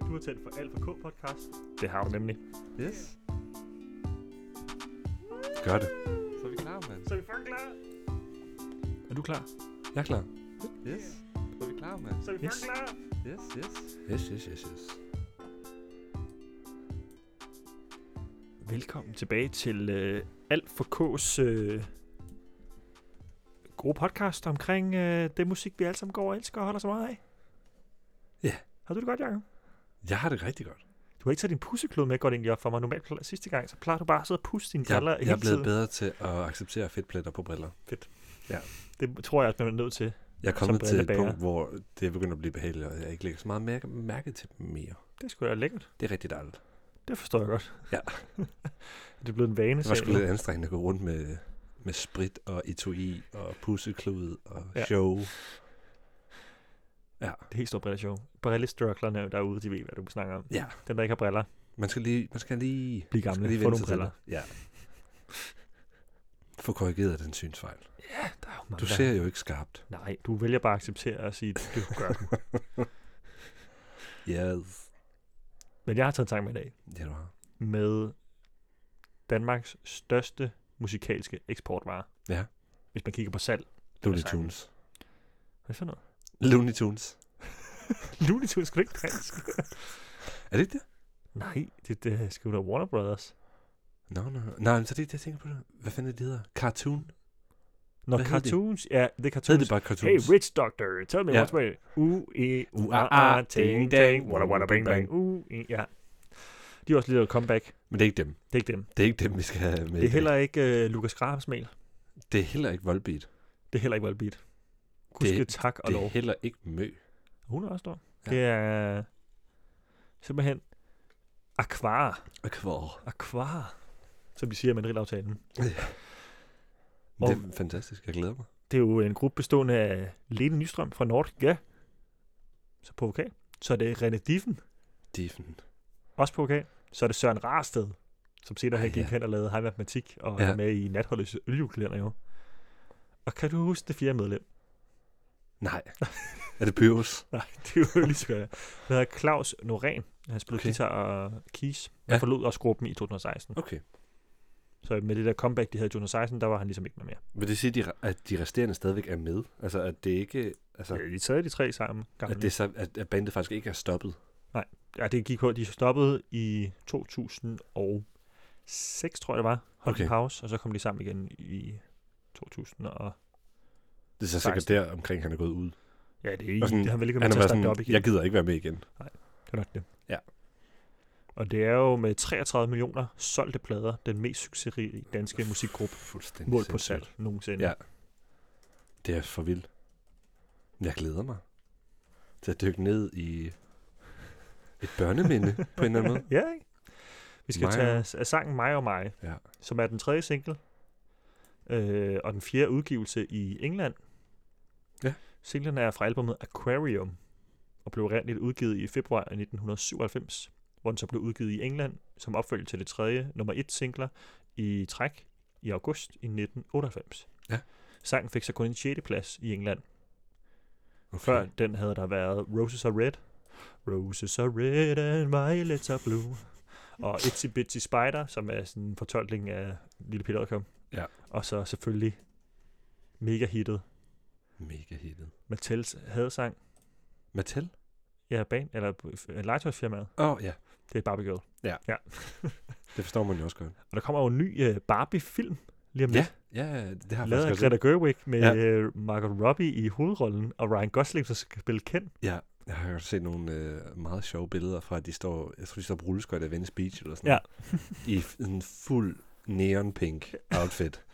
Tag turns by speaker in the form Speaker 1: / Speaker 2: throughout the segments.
Speaker 1: kunne have tændt for Alfa K podcast.
Speaker 2: Det har du nemlig.
Speaker 1: Yes.
Speaker 3: Gør det.
Speaker 4: Så er vi klar, mand.
Speaker 1: Så er vi fucking klar.
Speaker 2: Er du klar?
Speaker 3: Jeg er klar.
Speaker 4: Yes. Så er vi klar, mand.
Speaker 1: Så er vi
Speaker 2: Yes.
Speaker 1: fucking klar.
Speaker 4: Yes, yes.
Speaker 3: Yes, yes, yes, yes.
Speaker 2: Velkommen tilbage til øh, Alt for K's øh, gode podcast omkring øh, det musik, vi alle sammen går og elsker og holder så meget af.
Speaker 3: Ja.
Speaker 2: Har du det godt, Jacob?
Speaker 3: Jeg har det rigtig godt.
Speaker 2: Du har ikke taget din pusseklod med godt egentlig op for mig. Normalt pl- sidste gang, så plejer du bare at sidde og pusse dine
Speaker 3: Jeg,
Speaker 2: briller
Speaker 3: jeg
Speaker 2: hele
Speaker 3: er blevet
Speaker 2: tiden.
Speaker 3: bedre til at acceptere fedtpletter på briller.
Speaker 2: Det tror jeg, at man er nødt til.
Speaker 3: Jeg er
Speaker 2: Som
Speaker 3: kommet til et
Speaker 2: brillebager.
Speaker 3: punkt, hvor det er begyndt at blive behageligt, og jeg ikke lægger så meget mærke, mærke til dem mere.
Speaker 2: Det skulle sgu da lækkert.
Speaker 3: Det er rigtig dejligt.
Speaker 2: Det forstår jeg godt.
Speaker 3: Ja.
Speaker 2: det er blevet en vane.
Speaker 3: Det var
Speaker 2: sagde
Speaker 3: sgu
Speaker 2: du.
Speaker 3: lidt anstrengende at gå rundt med, med sprit og etui og pusseklud og
Speaker 2: Ja.
Speaker 3: ja. show.
Speaker 2: Det er helt stort brillershow. Brillestrøklerne derude, de ved, hvad du snakker om.
Speaker 3: Ja,
Speaker 2: Den, der ikke har briller,
Speaker 3: man skal lige... Man skal lige
Speaker 2: bliver
Speaker 3: man skal
Speaker 2: gamle.
Speaker 3: lige
Speaker 2: Få
Speaker 3: vende
Speaker 2: nogle
Speaker 3: sig til
Speaker 2: briller.
Speaker 3: det. Ja. Få korrigeret den synsfejl.
Speaker 2: Der er jo mange,
Speaker 3: Du
Speaker 2: der-
Speaker 3: ser jo ikke skarpt.
Speaker 2: Nej, du vælger bare at acceptere og sige, det du gør du.
Speaker 3: Yes.
Speaker 2: Men jeg har taget en tanke med i dag
Speaker 3: Ja, du har.
Speaker 2: med Danmarks største musikalske eksportvare.
Speaker 3: Ja.
Speaker 2: Hvis man kigger på salg.
Speaker 3: Looney
Speaker 2: Altså,
Speaker 3: Tunes.
Speaker 2: Hvad for noget?
Speaker 3: Looney Tunes.
Speaker 2: Looney Tunes, skulle ikke dansk?
Speaker 3: Er det ikke det?
Speaker 2: Nej, det, det skulle da Warner Brothers.
Speaker 3: Nå, no, no. Nej, men så det er det, jeg tænker på. det. Hvad fanden er det, de hedder? Cartoon?
Speaker 2: Når
Speaker 3: Hvad hed de?
Speaker 2: cartoons, ja, det er
Speaker 3: Hed det
Speaker 2: cartoons.
Speaker 3: bare
Speaker 2: Hey,
Speaker 3: Cartoons?
Speaker 2: rich doctor, tell me
Speaker 3: Ja.
Speaker 2: what's my... u e u a a
Speaker 3: U-a-a,
Speaker 2: ting, ting,
Speaker 3: ting, ting,
Speaker 2: wada, wada, bang, bang, u e ja. De har også lige lavet comeback.
Speaker 3: Men det er ikke dem.
Speaker 2: Det er ikke dem.
Speaker 3: Det er ikke dem, vi skal have med.
Speaker 2: Det
Speaker 3: i
Speaker 2: er
Speaker 3: dag.
Speaker 2: heller ikke uh, Lukas Grahams mail.
Speaker 3: det er heller ikke Volbeat.
Speaker 2: Det er heller ikke Volbeat. Gudske
Speaker 3: Det-
Speaker 2: tak og
Speaker 3: Det
Speaker 2: lov.
Speaker 3: er heller ikke Mø.
Speaker 2: Hun er også stor. Ja.
Speaker 3: Ja.
Speaker 2: Det er øh, simpelthen akvare.
Speaker 3: Og Kvar.
Speaker 2: Akvare, som de siger i mandrilaftalen.
Speaker 3: Det
Speaker 2: Og-
Speaker 3: er fantastisk. Jeg glæder mig.
Speaker 2: Det er jo en gruppe bestående af Lene Nystrøm fra Nordga, så på vokal. Så er det René Diffen,
Speaker 3: Diffen.
Speaker 2: også på vokal. Så er det Søren Rarsted, som senere han
Speaker 3: Ej,
Speaker 2: gik
Speaker 3: ja.
Speaker 2: hen og lavede Hej Matematik og
Speaker 3: Ja.
Speaker 2: er med i Natholdets øljukalender jo. Og kan du huske det fjerde medlem?
Speaker 3: Nej. er det Pyrus?
Speaker 2: Nej, det er jo lige så godt. Han hedder Claus Norén. Han spillede okay.
Speaker 3: Okay.
Speaker 2: guitar og keys. Han ja.
Speaker 3: Ja.
Speaker 2: forlod også gruppen i 2016.
Speaker 3: Okay.
Speaker 2: Så med det der comeback, de havde i 2016, der var han ligesom ikke med mere.
Speaker 3: Vil det sige, at de- at de resterende stadigvæk er med? Altså, at det ikke... Altså,
Speaker 2: Så. Ja, de taget de tre sammen.
Speaker 3: at,
Speaker 2: Gamle.
Speaker 3: det
Speaker 2: Det...
Speaker 3: så, at, at bandet faktisk ikke er stoppet?
Speaker 2: Ja, det gik på, at de stoppede i 2006, tror jeg det var. Holdt okay. en
Speaker 3: Okay.
Speaker 2: pause, og så kom de sammen igen i 2000. Og...
Speaker 3: Det er så
Speaker 2: sikkert
Speaker 3: sikkert der omkring, han er gået ud.
Speaker 2: Ja, det, er i,
Speaker 3: Og sådan,
Speaker 2: det har vel ikke
Speaker 3: Han
Speaker 2: været
Speaker 3: har
Speaker 2: med til at starte
Speaker 3: været
Speaker 2: det op
Speaker 3: sådan,
Speaker 2: igen.
Speaker 3: jeg gider ikke være med igen.
Speaker 2: Det er nok det.
Speaker 3: Ja.
Speaker 2: Og det er jo med 33 millioner solgte plader, den mest succesrige danske musikgruppe,
Speaker 3: Fuldstændig
Speaker 2: målt på salg
Speaker 3: sindssygt.
Speaker 2: nogensinde.
Speaker 3: Ja. Det er for vildt. Men Jeg glæder mig til at dykke ned i et børneminde på en eller anden måde.
Speaker 2: ja, ikke? Vi skal
Speaker 3: Mig og-
Speaker 2: tage s- af sangen Mig og mig,
Speaker 3: Ja.
Speaker 2: som er den tredje single, øh, og den fjerde udgivelse i England.
Speaker 3: Ja.
Speaker 2: Singlen er fra albumet Aquarium, og blev oprindeligt udgivet i februar af 1997, hvor den så blev udgivet i England som opfølger til det tredje nummer et singler i træk i august i 1998.
Speaker 3: Ja.
Speaker 2: Sangen fik så kun en 6. plads i England.
Speaker 3: Okay.
Speaker 2: Før den havde der været Roses Are Red. Roses are red and violets are blue. Og Itsy Bitsy Spider, som er sådan en fortolkning af Lille Peter Odkom.
Speaker 3: Ja.
Speaker 2: Og så selvfølgelig mega hittet
Speaker 3: Mega hittet.
Speaker 2: Mattels hadsang.
Speaker 3: Mattel?
Speaker 2: Ja, ban, eller øh, legetøjsfirmaet.
Speaker 3: Åh, oh, ja.
Speaker 2: Det er Barbie Girl.
Speaker 3: Det forstår man jo også godt.
Speaker 2: Og der kommer jo en ny øh, Barbie-film lige om
Speaker 3: Ja,
Speaker 2: lidt.
Speaker 3: ja, det har jeg
Speaker 2: Lavet af
Speaker 3: faktisk også.
Speaker 2: Greta Gerwig med
Speaker 3: Ja.
Speaker 2: ja. Margot Robbie i hovedrollen, og Ryan Gosling, som skal spille Ken.
Speaker 3: Ja, jeg har godt set nogle øh, meget sjove billeder fra, at de står, jeg tror, de står på rulleskøjt af Venice Beach eller sådan
Speaker 2: Ja.
Speaker 3: noget, I f- en fuld neonpink outfit.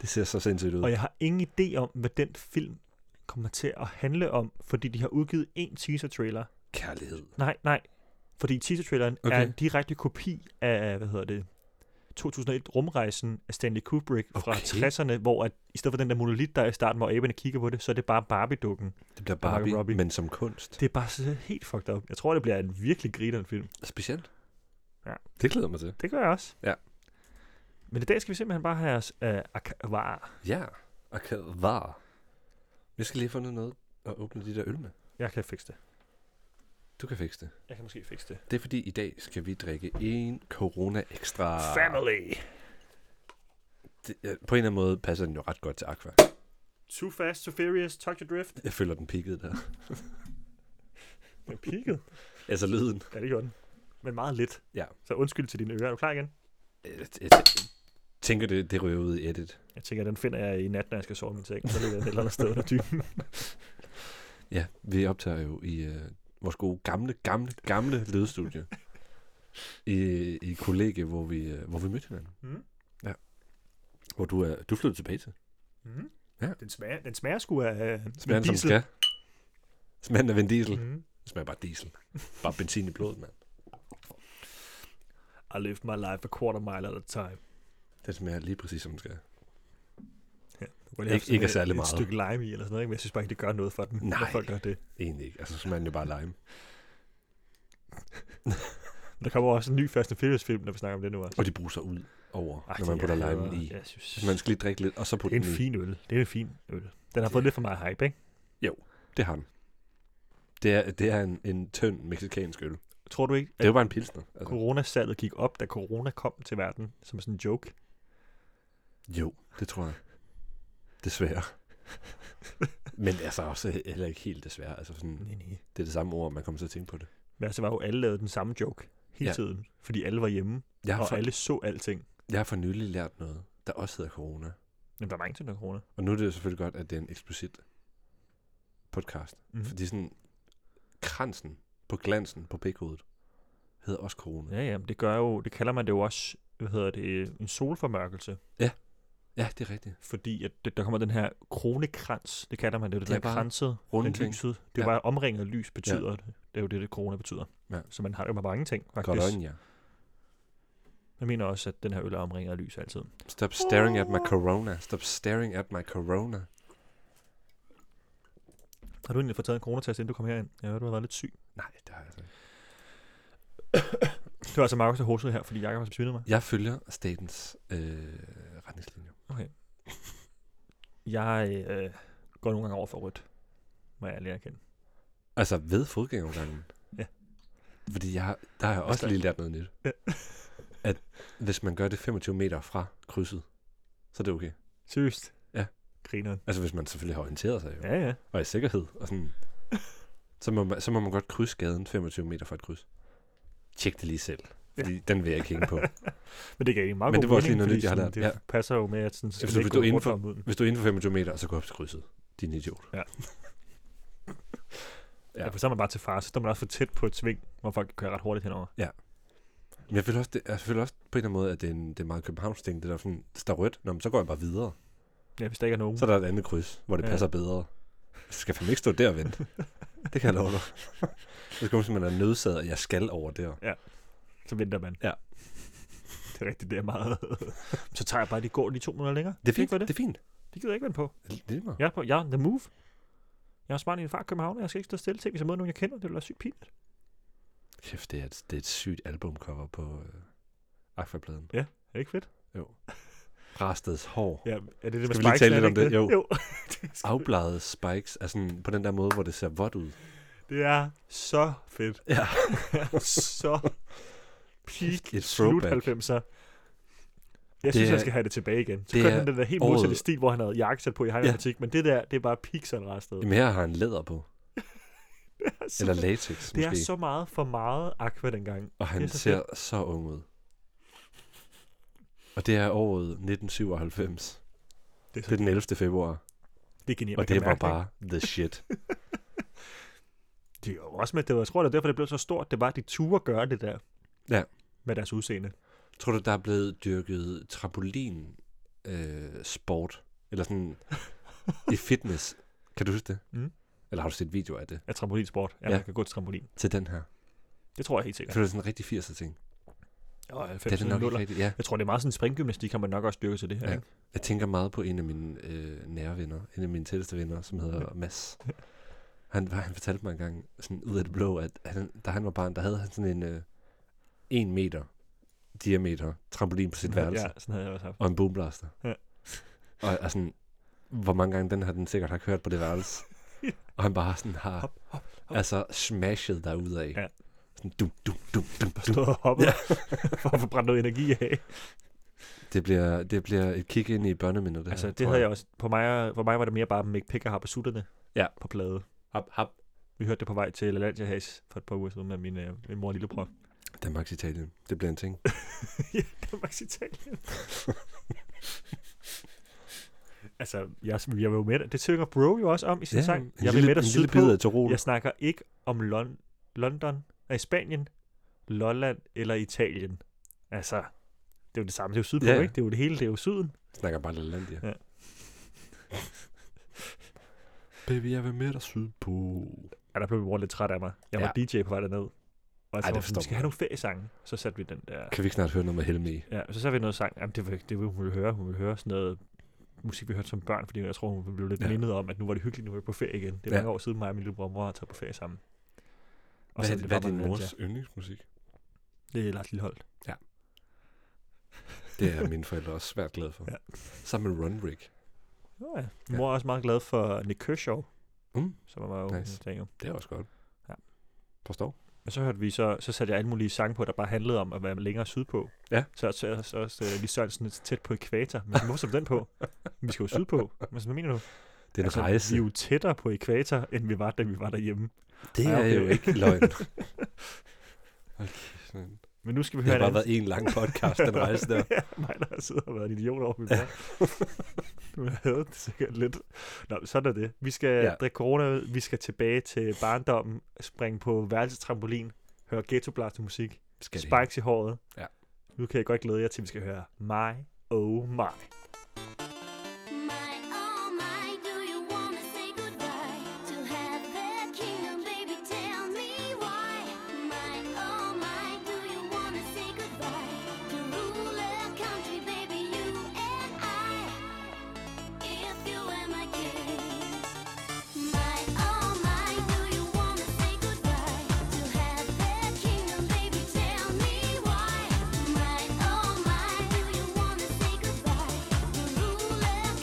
Speaker 3: Det ser så sindssygt ud.
Speaker 2: Og jeg har ingen idé om, hvad den film kommer til at handle om, fordi de har udgivet en teaser-trailer.
Speaker 3: Kærlighed.
Speaker 2: Nej, nej. Fordi teaser-traileren okay. er
Speaker 3: Okay.
Speaker 2: en direkte kopi af, hvad hedder det, 2001 rumrejsen af Stanley Kubrick fra
Speaker 3: Okay.
Speaker 2: 60'erne, hvor at, i stedet for den der monolit, der er i starten, hvor aberne kigger på det, så er det bare Barbie-dukken.
Speaker 3: Det bliver
Speaker 2: Margot
Speaker 3: Barbie,
Speaker 2: Robbie.
Speaker 3: Barbie, men som kunst.
Speaker 2: Det er bare så helt fucked up. Jeg tror, det bliver en virkelig grineren film.
Speaker 3: Det... Specielt.
Speaker 2: Ja.
Speaker 3: Det glæder jeg mig til.
Speaker 2: Det gør jeg også.
Speaker 3: Ja.
Speaker 2: Men i dag skal vi simpelthen bare have os øh, akvar.
Speaker 3: Ja, og kan var. Jeg skal lige have fundet noget at åbne de der øl med.
Speaker 2: Jeg kan fikse det.
Speaker 3: Du kan fikse det.
Speaker 2: Jeg kan måske fikse det.
Speaker 3: Det er fordi, i dag skal vi drikke en Corona Extra.
Speaker 2: Family!
Speaker 3: Det, ja, på en eller anden måde passer den jo ret godt til Aqua.
Speaker 2: Too fast, too furious, touch your drift.
Speaker 3: Jeg føler den pigget der.
Speaker 2: Den peakede.
Speaker 3: Altså lyden.
Speaker 2: ja, det gjorde den. Men meget lidt.
Speaker 3: Ja.
Speaker 2: Så undskyld til dine ører. Er du klar igen?
Speaker 3: Øh, Jeg, jeg, jeg tænker, det, det ryger ud i edit.
Speaker 2: Jeg tænker, den finder jeg i nat, når jeg skal sove i min seng. Så ligger den et eller andet sted under dynen.
Speaker 3: Ja, vi optager jo i øh, vores gode gamle, gamle, gamle lydstudie. I, i kollegie, hvor vi, øh, hvor vi mødte hinanden.
Speaker 2: Mm.
Speaker 3: Hvor du, er, du flyttede tilbage til.
Speaker 2: Mm.
Speaker 3: Ja.
Speaker 2: Den, smager, den smager sgu af... øh,
Speaker 3: Smager Mm-hmm. den, som
Speaker 2: diesel.
Speaker 3: skal. Smager den af Vin Diesel.
Speaker 2: Mm.
Speaker 3: Det smager bare diesel. Bare benzin i blodet, mand.
Speaker 2: I live my life a quarter mile at a time.
Speaker 3: Den smager lige præcis, som den skal.
Speaker 2: Du kan lige have
Speaker 3: Ikke-
Speaker 2: sådan
Speaker 3: ikke
Speaker 2: et-
Speaker 3: særlig
Speaker 2: Et
Speaker 3: meget.
Speaker 2: stykke lime i eller sådan noget, ikke? men jeg synes bare ikke, det gør noget for den, når
Speaker 3: Nej.
Speaker 2: folk gør det.
Speaker 3: Egentlig ikke. Altså, så smager den jo bare lime.
Speaker 2: Men der kommer også en ny Fast and Furious film, når vi snakker om det nu også.
Speaker 3: Og de bruser ud over, Ej,
Speaker 2: Ej,
Speaker 3: når man
Speaker 2: det
Speaker 3: putter
Speaker 2: er-
Speaker 3: limen i.
Speaker 2: Jeg synes,
Speaker 3: Man skal lige drikke lidt, og så
Speaker 2: det
Speaker 3: putte
Speaker 2: er
Speaker 3: den
Speaker 2: en
Speaker 3: i.
Speaker 2: fin øl. Det er en fin øl. Den har fået
Speaker 3: Det-
Speaker 2: lidt for meget hype, ikke?
Speaker 3: Det har den. Det er, det er en, en tynd meksikansk øl.
Speaker 2: Tror du ikke,
Speaker 3: Det er
Speaker 2: at
Speaker 3: jo bare en pilsner. Altså.
Speaker 2: coronasalget gik op, da corona kom til verden, som sådan en joke?
Speaker 3: Jo, det tror jeg. Desværre. Men altså også heller ikke helt desværre. Altså sådan,
Speaker 2: Nej, nej.
Speaker 3: det er det samme ord, man kommer til at tænke på det.
Speaker 2: Men altså var jo alle lavet den samme joke hele
Speaker 3: Ja.
Speaker 2: ja. tiden, fordi alle var hjemme,
Speaker 3: Jeg har,
Speaker 2: og
Speaker 3: for,
Speaker 2: alle så alting.
Speaker 3: jeg har for nylig lært noget, der også hedder corona.
Speaker 2: Men der er mange ting, der er corona.
Speaker 3: Og nu er det jo selvfølgelig godt, at det er en eksplicit podcast.
Speaker 2: Mhm.
Speaker 3: Fordi sådan kransen på glansen på pikhovedet hedder også corona.
Speaker 2: Ja, ja, men det gør jo, det kalder man det jo også, hvad hedder det, øh, en solformørkelse.
Speaker 3: Ja, det er rigtigt.
Speaker 2: fordi at det, der kommer den her kronekrans, det kalder man det, det,
Speaker 3: Det
Speaker 2: det
Speaker 3: er
Speaker 2: der
Speaker 3: bare
Speaker 2: kranset
Speaker 3: runde
Speaker 2: med
Speaker 3: ting.
Speaker 2: lyset. Det er
Speaker 3: Ja.
Speaker 2: jo bare omringet af lys betyder, ja. det er jo det, det corona betyder.
Speaker 3: Ja.
Speaker 2: Så man har jo med mange ting,
Speaker 3: Godt
Speaker 2: faktisk.
Speaker 3: øjne, ja.
Speaker 2: Jeg mener også, at den her øl er omringet af lys altid.
Speaker 3: Stop staring at my corona. Stop staring at my corona.
Speaker 2: Har du egentlig fået taget en coronatest, inden du kom herind? Jeg hørte, du har været lidt syg.
Speaker 3: Nej, det har jeg altså ikke.
Speaker 2: Det var altså Markus, der hostede her, fordi Jakob har smittet mig.
Speaker 3: Jeg følger statens øh, retningslinjer.
Speaker 2: Jeg øh, går nogle gange over for rødt, må jeg lige erkende.
Speaker 3: Altså ved fodgængergangen.
Speaker 2: Ja.
Speaker 3: Fordi jeg, har- der har jeg også
Speaker 2: Altså-
Speaker 3: lige lært noget nyt.
Speaker 2: Ja.
Speaker 3: at hvis man gør det 25 meter fra krydset, så er det okay.
Speaker 2: Seriøst?
Speaker 3: Ja.
Speaker 2: Grineren.
Speaker 3: Altså hvis man selvfølgelig har orienteret sig jo, ja.
Speaker 2: Ja, ja.
Speaker 3: og er i sikkerhed. Og sådan, så, må man, så må man godt krydse gaden 25 meter fra et kryds. Tjek det lige selv.
Speaker 2: Ja.
Speaker 3: Fordi den vil jeg ikke hænge på.
Speaker 2: Men det gav egentlig meget
Speaker 3: Men
Speaker 2: god
Speaker 3: det var også
Speaker 2: mening,
Speaker 3: lige noget
Speaker 2: fordi
Speaker 3: nyt, jeg har
Speaker 2: sådan,
Speaker 3: lært.
Speaker 2: Det passer jo med, at sådan, så skal
Speaker 3: hvis
Speaker 2: man
Speaker 3: du-
Speaker 2: ikke
Speaker 3: hvis
Speaker 2: gå
Speaker 3: du er
Speaker 2: rundt
Speaker 3: indenfor-
Speaker 2: om uden.
Speaker 3: Hvis du er inden for 25 meter, så gå op til krydset. Din idiot. Ja.
Speaker 2: Ja. for så er man bare til far, så står man også for tæt på et sving, hvor folk kører ret hurtigt henover.
Speaker 3: Men jeg føler også, det, jeg føler også på en eller anden måde, at det er, en, det er meget københavns ting. Det der sådan, hvis der er rødt, nå, men så går jeg bare videre.
Speaker 2: Ja, hvis der ikke er nogen.
Speaker 3: Så er der et andet kryds, hvor det
Speaker 2: Ja.
Speaker 3: passer bedre. Jeg skal fandme ikke stå der og vente. Det kan jeg love dig. Det skal man simpelthen være nødsaget, at jeg skal over der.
Speaker 2: så venter man.
Speaker 3: Ja.
Speaker 2: Det er rigtigt, det er meget. så tager jeg bare, det går lige to minutter længere.
Speaker 3: Det er fint.
Speaker 2: for
Speaker 3: Det,
Speaker 2: det.
Speaker 3: det er fint.
Speaker 2: Det gider jeg ikke vende på.
Speaker 3: Det er lige meget.
Speaker 2: Jeg er på, jeg er on the move. Jeg er smart i en far i København, og jeg skal ikke stå stille til, hvis jeg møder nogen, jeg kender. Det vil være sygt pinligt.
Speaker 3: Kæft, det er, et, det er et sygt albumcover på øh, Aquapladen.
Speaker 2: Er det ikke fedt?
Speaker 3: Rasteds hår.
Speaker 2: Ja, er det det
Speaker 3: Skal vi
Speaker 2: med
Speaker 3: lige
Speaker 2: spikes,
Speaker 3: tale
Speaker 2: er
Speaker 3: lidt om
Speaker 2: ikke
Speaker 3: det?
Speaker 2: jo. det, skal vi.
Speaker 3: Afbladede spikes er sådan på den der måde, hvor det ser vådt ud.
Speaker 2: det er så fedt.
Speaker 3: Ja.
Speaker 2: så peak
Speaker 3: Et
Speaker 2: slut
Speaker 3: throwback.
Speaker 2: 90'er. Jeg synes,
Speaker 3: er-
Speaker 2: han skal have det tilbage igen. Så
Speaker 3: det
Speaker 2: kører
Speaker 3: er
Speaker 2: han den der helt
Speaker 3: året-
Speaker 2: modsatte stil, hvor han havde jakkesæt på i Heine
Speaker 3: Ja.
Speaker 2: ja. Butik, men det der, det er bare peak sandrestet.
Speaker 3: Jamen her har han læder på. Eller latex
Speaker 2: Det er
Speaker 3: måske.
Speaker 2: så meget for meget aqua dengang.
Speaker 3: Og han
Speaker 2: Det er så
Speaker 3: ser så ung ud. Og det er året 1997.
Speaker 2: Det er,
Speaker 3: Det er den 11. februar.
Speaker 2: det er genialt. man
Speaker 3: Og
Speaker 2: kan
Speaker 3: det var
Speaker 2: mærke
Speaker 3: bare the shit.
Speaker 2: ikke? Det er jo også med, det var, jeg tror, det er derfor, det blev så stort. Det var, at de turde gøre det der.
Speaker 3: Ja.
Speaker 2: Med deres udseende.
Speaker 3: Tror du, der er blevet dyrket trampolin øh, sport? Eller sådan i fitness? Kan du huske det?
Speaker 2: Mm.
Speaker 3: Eller har du set videoer af det?
Speaker 2: Af trampolinsport. Ja,
Speaker 3: Ja.
Speaker 2: ja, man kan gå til trampolin.
Speaker 3: Til den her.
Speaker 2: Det tror jeg helt
Speaker 3: Jeg
Speaker 2: sikkert.
Speaker 3: føler, det er sådan en rigtig 80'er ting.
Speaker 2: Og 90'erne,
Speaker 3: Det er det nok ikke
Speaker 2: 0'erne.
Speaker 3: rigtigt. Ja.
Speaker 2: Jeg tror, det er meget sådan springgymnastik, kan man nok også dyrke til det her.
Speaker 3: Ja.
Speaker 2: Ja. Ikke?
Speaker 3: Jeg tænker meget på en af mine øh, nære venner, en af mine tætteste venner, som hedder Mads. Han, var- han fortalte mig engang, sådan ud af det blå, at han, da han var barn, der havde han sådan en øh, 1 meter diameter trampolin på sit værelse, ja.
Speaker 2: Ja, sådan havde jeg også haft.
Speaker 3: og en boomblaster.
Speaker 2: Ja.
Speaker 3: Og er sådan, hvor mange gange den har den sikkert har kørt på det værelse. Og han bare sådan har, hop, hop, altså smashet derudad.
Speaker 2: Ja.
Speaker 3: Sådan dum, dum, dum, dum,
Speaker 2: og
Speaker 3: dum.
Speaker 2: stået og hoppet ja. for at få brændt noget energi af.
Speaker 3: Det bliver, det bliver et kick ind i børneminder, det
Speaker 2: altså,
Speaker 3: her,
Speaker 2: det havde jeg også. På mig, for mig var det mere bare Mick Picker har på sutterne
Speaker 3: Ja.
Speaker 2: på plade.
Speaker 3: Hap, hap.
Speaker 2: Vi hørte det på vej til Lalandia Has for et par uger siden med min, øh, min mor og lillebror.
Speaker 3: Danmarks Italien. Det bliver en ting.
Speaker 2: ja, Danmarks Italien. altså, jeg, jeg var jo med, det synger Bro jo også om i sin
Speaker 3: Ja,
Speaker 2: sang.
Speaker 3: en
Speaker 2: Jeg vil
Speaker 3: lille,
Speaker 2: med dig
Speaker 3: en lille
Speaker 2: sydpå.
Speaker 3: bid af Tyrol.
Speaker 2: Jeg snakker ikke om Lon- London, nej, Spanien, Lolland eller Italien. Altså, det er jo det samme. Det er jo sydpå,
Speaker 3: Ja.
Speaker 2: ikke? Det er jo det hele, det er jo syden.
Speaker 3: Jeg snakker bare Lalandia.
Speaker 2: Ja.
Speaker 3: Baby, jeg vil med dig sydpå.
Speaker 2: Ja, der blev min mor lidt træt af mig. Jeg var DJ på vej derned. Og så
Speaker 3: det
Speaker 2: Ej,
Speaker 3: forstår
Speaker 2: vi skal
Speaker 3: man
Speaker 2: have
Speaker 3: godt.
Speaker 2: nogle feriesange. Så satte vi den der...
Speaker 3: Kan vi ikke snart høre noget med Helme i?
Speaker 2: Ja, så satte vi noget sang. Jamen, det, var, det var, hun ville høre. Hun ville høre sådan noget musik, vi hørte som børn, fordi jeg tror, hun blev lidt
Speaker 3: Ja.
Speaker 2: ja. mindet om, at nu var det hyggeligt, nu var vi på ferie igen. Det er
Speaker 3: Ja.
Speaker 2: ja. mange år siden, mig og min lillebror og mor har taget på ferie sammen. Og
Speaker 3: Hvad,
Speaker 2: det
Speaker 3: hvad er
Speaker 2: bare
Speaker 3: din
Speaker 2: Malandia.
Speaker 3: mors yndlingsmusik?
Speaker 2: Det er Lars Lilleholdt.
Speaker 3: Det er mine forældre også svært glade for.
Speaker 2: Ja.
Speaker 3: Sammen med Run Rick.
Speaker 2: Nå ja.
Speaker 3: Ja.
Speaker 2: Min mor er også meget glad for Nick Kershaw,
Speaker 3: Mm,
Speaker 2: som var jo
Speaker 3: Nice.
Speaker 2: nice. ting.
Speaker 3: det er også godt.
Speaker 2: Ja.
Speaker 3: Forstår?
Speaker 2: Men så hørte vi så, så satte jeg alle mulige sange på, der bare handlede om at være længere sydpå.
Speaker 3: Ja.
Speaker 2: Så så også, også uh, lige Sørensen er tæt på ekvator. Men hvorfor den på? Men vi skal jo sydpå. Men så, hvad mener du?
Speaker 3: Det er en altså, rejse.
Speaker 2: Vi er jo tættere på ekvator, end vi var, da vi var derhjemme.
Speaker 3: Det
Speaker 2: Ej,
Speaker 3: er
Speaker 2: okay.
Speaker 3: jo ikke løgn. Okay, det
Speaker 2: Men nu skal vi
Speaker 3: har
Speaker 2: høre en
Speaker 3: bare
Speaker 2: anden-
Speaker 3: været en lang podcast, den rejse der.
Speaker 2: ja, mig, der har siddet og været en idiot over min mor. Hun havde det sikkert lidt. Nå, men sådan er det. Vi skal
Speaker 3: Ja.
Speaker 2: ja. drikke corona ud. Vi skal tilbage til barndommen. Springe på værelsestrampolin. Høre ghetto musik.
Speaker 3: Skal det ikke?
Speaker 2: Spikes i håret.
Speaker 3: Ja.
Speaker 2: Nu kan jeg godt glæde jer til, at vi skal høre My Oh My.
Speaker 1: My, oh my, do you wanna say goodbye to have that kingdom, baby? Tell me why. My, oh my, do you wanna say goodbye to rule a country, baby? You and I, if you were my king. My, oh my, do you wanna say goodbye to have that kingdom, baby? Tell me why. My, oh my, do you wanna say goodbye to oh oh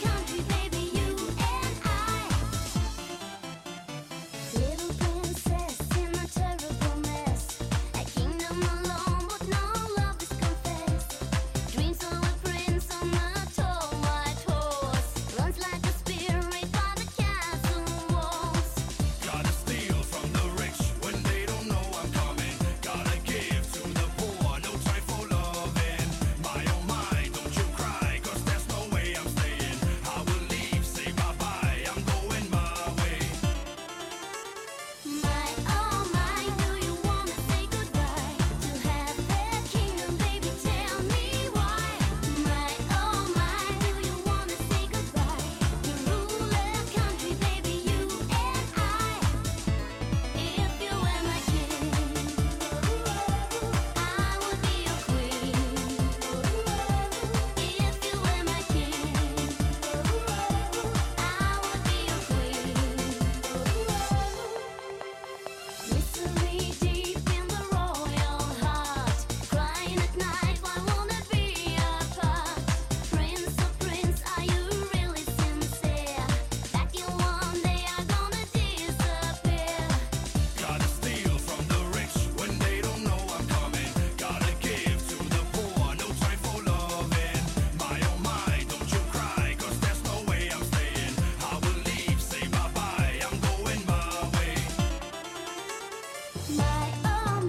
Speaker 1: oh oh oh oh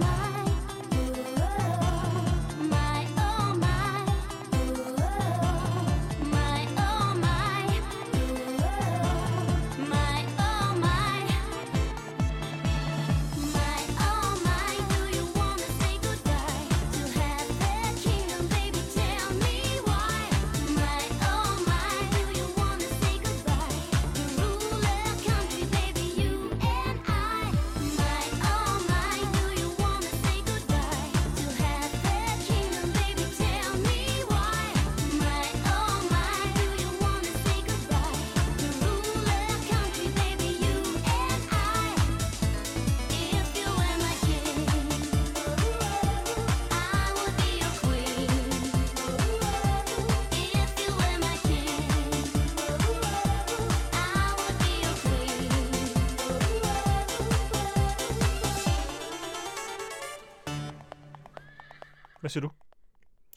Speaker 1: oh oh
Speaker 2: Hvad siger du?